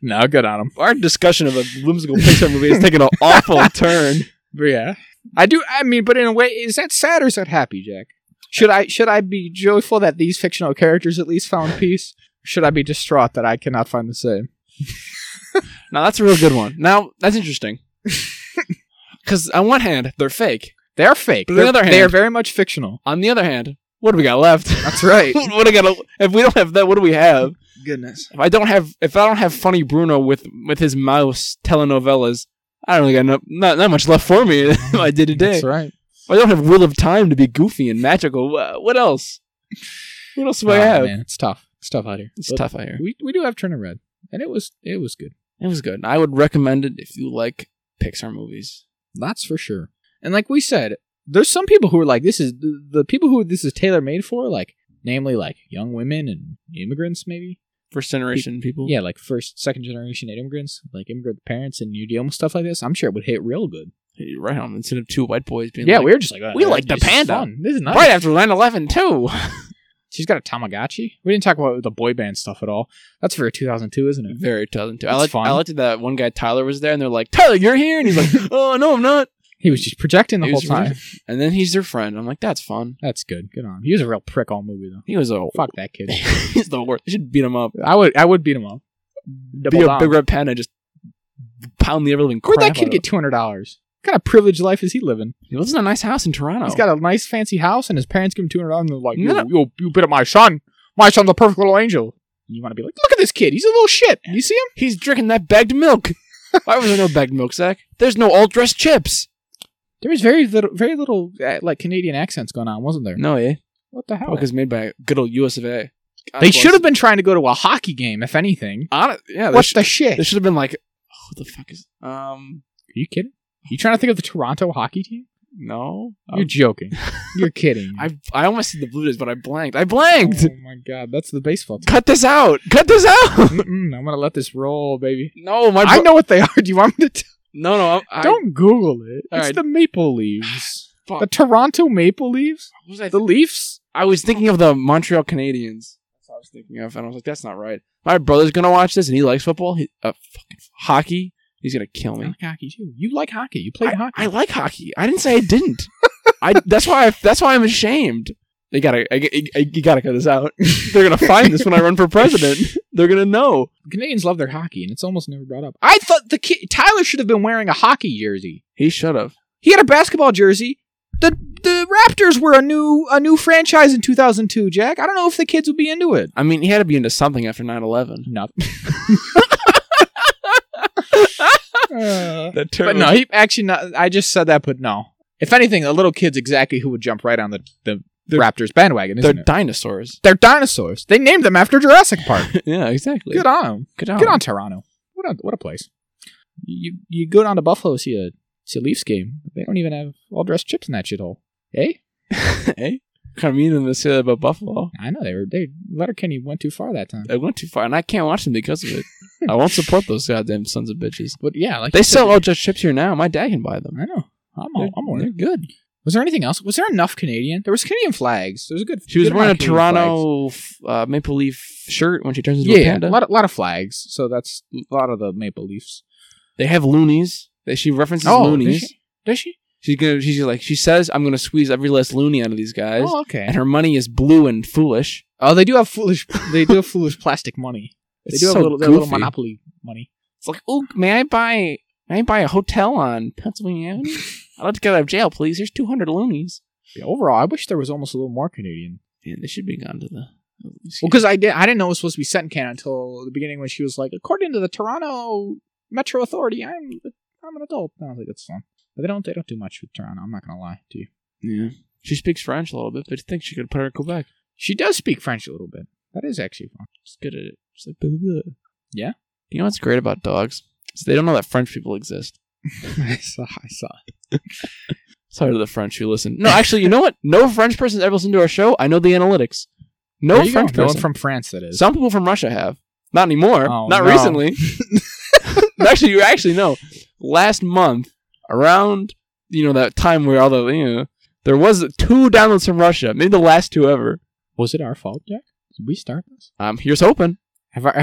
S2: no, good on him.
S1: Our discussion of a whimsical Pixar movie has taken an awful turn.
S2: But yeah, I do. I mean, but in a way, is that sad or is that happy, Jack? Should I should I be joyful that these fictional characters at least found peace? Or should I be distraught that I cannot find the same?
S1: Now that's a real good one. Now that's interesting. Because on one hand, they're fake.
S2: They are fake.
S1: But on the
S2: They're-
S1: other
S2: they are
S1: hand-
S2: very much fictional.
S1: On the other hand, what do we got left?
S2: That's right.
S1: what do we got? If we don't have that, what do we have?
S2: Goodness.
S1: If I don't have, if I don't have funny Bruno with with his mouse telenovelas, I don't really got no, not not much left for me. in my day to day.
S2: That's right.
S1: If I don't have Wheel of Time to be goofy and magical. wha- What else? What else do I
S2: Oh,
S1: have?
S2: man, it's tough. It's tough out here.
S1: It's
S2: But
S1: tough out here.
S2: We we do have Turner Red, and it was it was good.
S1: It was good. I would recommend it if you like Pixar movies.
S2: That's for sure. And like we said, there's some people who are like, this is the, the people who this is tailor made for, like namely like young women and immigrants maybe.
S1: First generation people.
S2: yeah, like first, second generation immigrants, like immigrant parents and New Deal and stuff like this, I'm sure it would hit real good.
S1: You're Right on. Instead of two white boys being
S2: yeah,
S1: like,
S2: we were just like, oh,
S1: we
S2: this
S1: like the
S2: is
S1: panda.
S2: fun. This is nice.
S1: right after 9-11 too.
S2: She's got a Tamagotchi. We didn't talk about the boy band stuff at all. That's very 2002, isn't it?
S1: Very talented. I
S2: That's
S1: liked,
S2: fun.
S1: I liked that one guy Tyler was there, and they're like, "Tyler, you're here," and he's like, "Oh no, I'm not."
S2: He was just projecting the
S1: He
S2: whole
S1: was
S2: time.
S1: And then he's their friend. I'm like, that's fun.
S2: That's good. Good on. him. He was a real prick all movie though.
S1: He was a
S2: Fuck that kid.
S1: he's the worst. They should beat him up.
S2: I would I would beat him up.
S1: Be
S2: Double
S1: a
S2: down.
S1: big red panda. Just pound the ever living crap.
S2: Where'd that
S1: out of
S2: kid get
S1: him.
S2: two hundred dollars? What kind of privileged life is he living?
S1: He lives in a nice house in Toronto.
S2: He's got a nice fancy house, and his parents give him two hundred dollars, and they're like, "You,
S1: No.
S2: you, you bit at my son. My son's a perfect little angel." And you want to be like, "Look at this kid. He's a little shit. You see him?
S1: He's drinking that bagged milk. Why was there no bagged milk, Zach? There's no all dressed chips.
S2: There was very little, very little uh, like Canadian accents going on, wasn't there?
S1: No, eh?
S2: What the hell?
S1: Probably 'cause made by good old US of A. God
S2: they
S1: bless.
S2: should have been trying to go to a hockey game, if anything.
S1: Hon- yeah, they,
S2: What
S1: sh-
S2: the shit?
S1: they should have been like, "Oh, who the fuck is. Um,
S2: Are you kidding? You trying to think of the Toronto hockey team?
S1: no.
S2: You're
S1: Um,
S2: joking. You're kidding.
S1: I, I almost said the Blue Jays, but I blanked. I
S2: oh
S1: blanked!
S2: my god, that's the baseball team.
S1: Cut this out! Cut this out!
S2: Mm-mm, I'm gonna let this roll, baby.
S1: no, my.
S2: I
S1: bro-
S2: know what they are. Do you want me to? T-
S1: no, no. I'm- I,
S2: Don't Google it.
S1: All
S2: it's
S1: right.
S2: the Maple Leaves.
S1: Fuck.
S2: The Uh, Toronto Maple Leaves.
S1: What was I
S2: The Leafs.
S1: I was thinking of the Montreal Canadiens. That's what I was thinking of, and I was like, "That's not right." My brother's gonna watch this, and he likes football. He, uh, fucking hockey. He's gonna kill
S2: I
S1: me.
S2: like hockey too. You like hockey. You played
S1: I,
S2: hockey.
S1: I like hockey. I didn't say I didn't. I that's why I, that's why I'm ashamed. They gotta I, I- I- you gotta cut this out. They're gonna find this when I run for president. They're gonna know.
S2: Canadians love their hockey, and it's almost never brought up. I thought the kid Tyler should have been wearing a hockey jersey.
S1: He should have.
S2: He had a basketball jersey. The the Raptors were a new a new franchise in 2002. Jack, I don't know if the kids would be into it.
S1: I mean, he had to be into something after 9-11.
S2: Nothing. Uh,
S1: That
S2: but no, he actually. Not, I just said that, but no. If anything, the little kid's exactly who would jump right on the the
S1: They're-
S2: Raptors bandwagon,
S1: they're
S2: isn't it?
S1: dinosaurs.
S2: They're dinosaurs. They named them after Jurassic Park.
S1: yeah, exactly.
S2: Good on 'em.
S1: Good on.
S2: Good on Toronto. What a what a place. You you go down to Buffalo see a see a Leafs game. They don't even have all dressed chips in that shithole. Eh?
S1: eh? Kind of mean them to say that about Buffalo.
S2: I know they were they Letterkenny went too far that time.
S1: I went too far, and I can't watch them because of it. I won't support those goddamn sons of bitches.
S2: But yeah, like
S1: They
S2: you said,
S1: sell all just chips here now. My dad can buy them.
S2: I know. I'm all,
S1: They're,
S2: I'm all
S1: they're
S2: in.
S1: good.
S2: Was there anything else? Was there enough Canadian? There was Canadian flags. There was a good.
S1: She was
S2: good
S1: wearing a
S2: amount of Canadian flags.
S1: Toronto f- uh, Maple Leaf shirt when she turns into a
S2: Yeah,
S1: panda.
S2: a lot, of, lot of flags. So that's a lot of the Maple Leafs.
S1: they have loonies. Oh, They, she references
S2: does
S1: loonies.
S2: she? Does she?
S1: She's gonna. She's like. She says, "I'm gonna squeeze every last loony out of these guys."
S2: Oh, okay.
S1: And her money is blue and foolish.
S2: Oh, they do have foolish. They do have foolish plastic money. They
S1: It's
S2: do have
S1: so
S2: little, their little
S1: goofy.
S2: monopoly money.
S1: It's like, oh, may I buy? May I buy a hotel on Pennsylvania Avenue? I'd like to get out of jail, please. There's 200 loonies.
S2: Yeah, overall, I wish there was almost a little more Canadian.
S1: Man, they should be gone to the.
S2: Well, because I did, I didn't know it was supposed to be set in Canada until the beginning when she was like, according to the Toronto Metro Authority, I'm I'm an adult. And I was like, that's fun. But they don't they don't do much with Toronto. I'm not gonna lie to you.
S1: Yeah. She speaks French a little bit, but I think she could put her in Quebec.
S2: She does speak French a little bit. That is actually fun.
S1: She's good at it. She's like, blah, blah, blah.
S2: Yeah?
S1: You know what's great about dogs? Is they don't know that French people exist.
S2: I saw I saw.
S1: Sorry to the French who listen. No, actually, you know what? No French person's ever listened to our show. I know the analytics. No
S2: There you go.
S1: French
S2: No one
S1: person.
S2: from France that is.
S1: Some people from Russia have. Not anymore.
S2: Oh,
S1: Not
S2: no.
S1: recently. actually, you actually know. Last month, around you know that time where all the you know, there was two downloads from Russia. Maybe the last two ever.
S2: was it our fault, Jack? Did we start this?
S1: Um, here's hoping.
S2: Have our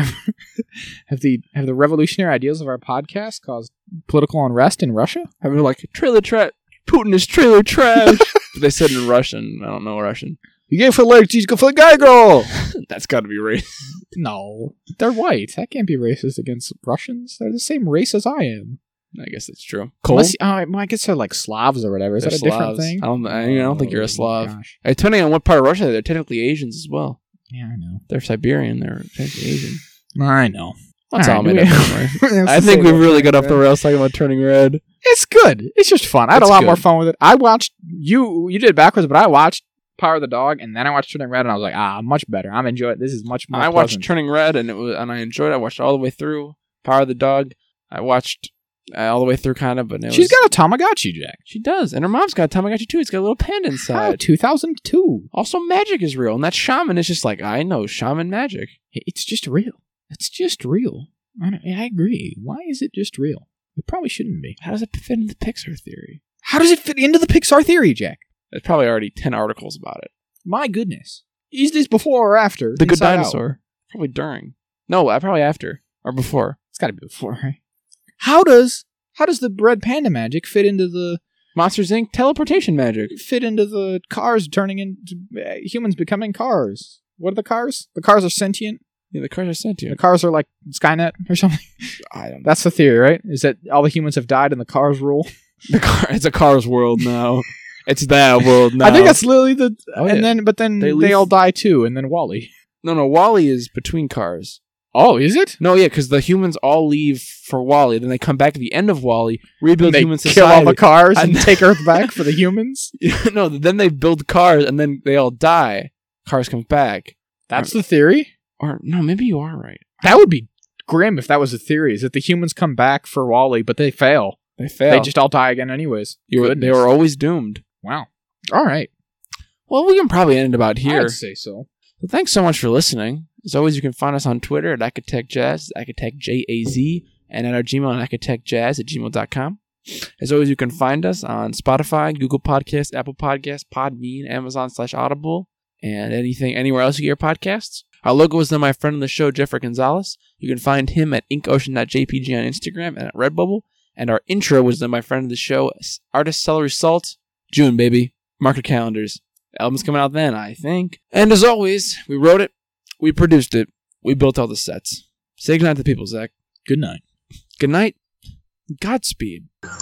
S2: have the have the revolutionary ideas of our podcast caused political unrest in Russia?
S1: And we are like, trailer trash. Putin is trailer trash. But they said in Russian. I don't know Russian.
S2: You gave for like you go for guy girl.
S1: That's got to be racist.
S2: No, they're white. That can't be racist against Russians. They're the same race as I am.
S1: I guess that's true.
S2: Unless- oh, I- I guess they're like Slavs or whatever. Is
S1: They're
S2: that a different
S1: Slavs.
S2: thing?
S1: I don't- I- I don't think you're a
S2: Oh,
S1: Slav.
S2: gosh.
S1: Hey, depending on what part of Russia, they're technically Asians as well.
S2: Yeah, I know.
S1: They're Siberian. They're technically Asian.
S2: I know.
S1: That's
S2: All
S1: all
S2: right,
S1: made up.
S2: we-
S1: don't worry. I think we've really got off the rails talking about turning red.
S2: It's good. It's just fun. I had a
S1: It's
S2: lot
S1: good.
S2: more fun with it. I watched you. You did it backwards, but I watched Power of the Dog, and then I watched Turning Red, and I was like, ah, much better. I'm enjoying. This is much more.
S1: I
S2: pleasant.
S1: watched Turning Red, and it was, and I enjoyed. it. I watched it all the way through. Power of the Dog. I watched uh, all the way through, kind of. But it
S2: She's
S1: was,
S2: got a Tamagotchi, Jack. Ah,
S1: she does, and her mom's got a Tamagotchi too. It's got a little panda
S2: How?
S1: inside.
S2: 2002.
S1: Also, magic is real, and that shaman is just like I know shaman magic.
S2: It's just real. It's just real. I, don't- I agree. Why is it just real? It probably shouldn't be.
S1: How does it fit into the Pixar theory?
S2: How does it fit into the Pixar theory, Jack?
S1: There's probably already ten articles about it.
S2: My goodness. Is this before or after?
S1: The Good
S2: Inside Out?
S1: Dinosaur, probably during. No, uh, probably after or before.
S2: It's got to be before, right? How does how does the bread panda magic fit into the
S1: Monsters Inc. teleportation magic.
S2: fit into the cars turning into uh, humans becoming cars. What are the cars? The cars are sentient.
S1: Yeah, the cars are
S2: The
S1: sentient.
S2: cars are like Skynet or something.
S1: I don't know.
S2: That's the theory, right? Is that all the humans have died and the cars rule?
S1: The car, it's a car's world now. it's that world now.
S2: I think that's literally the.
S1: Oh, yeah.
S2: And then, but then
S1: They
S2: they,
S1: leave-
S2: all die too, and then Wally.
S1: no, no. Wally is between cars.
S2: Oh, is it?
S1: No, yeah, because the humans all leave for Wally. Then they come back at the end of Wally,
S2: They
S1: rebuild human
S2: kill all the
S1: society.
S2: cars
S1: I
S2: and
S1: know.
S2: take Earth back for the humans.
S1: no, then they build cars, and then they all die. Cars comes back.
S2: That's the theory.
S1: Or no, maybe you are right.
S2: That would be grim if that was the theory. Is that the humans come back for Wally, but they fail.
S1: They fail.
S2: They just all die again, anyways.
S1: you were, they
S2: Goodness.
S1: were always doomed.
S2: wow. All right.
S1: Well, we can probably end it about here.
S2: I'd say so.
S1: Well, thanks so much for listening. As always, you can find us on Twitter at AcatechJazz, Acatech J A Z, and at our Gmail at AcatechJazz at gmail.com. As always, you can find us on Spotify, Google Podcasts, Apple Podcasts, Podbean, Amazon slash Audible, and anything anywhere else you get your podcasts. Our logo is done by a friend of the show, Jeffrey Gonzalez. You can find him at inkocean.jpg on Instagram and at Redbubble. And our intro was done by a friend of the show, s- artist Celery Salt. June, baby. Mark your calendars. The album's coming out then, I think. And as always, we wrote it, we produced it, we built all the sets. Say goodnight to the people, Zach.
S2: Good night.
S1: Good night. Godspeed.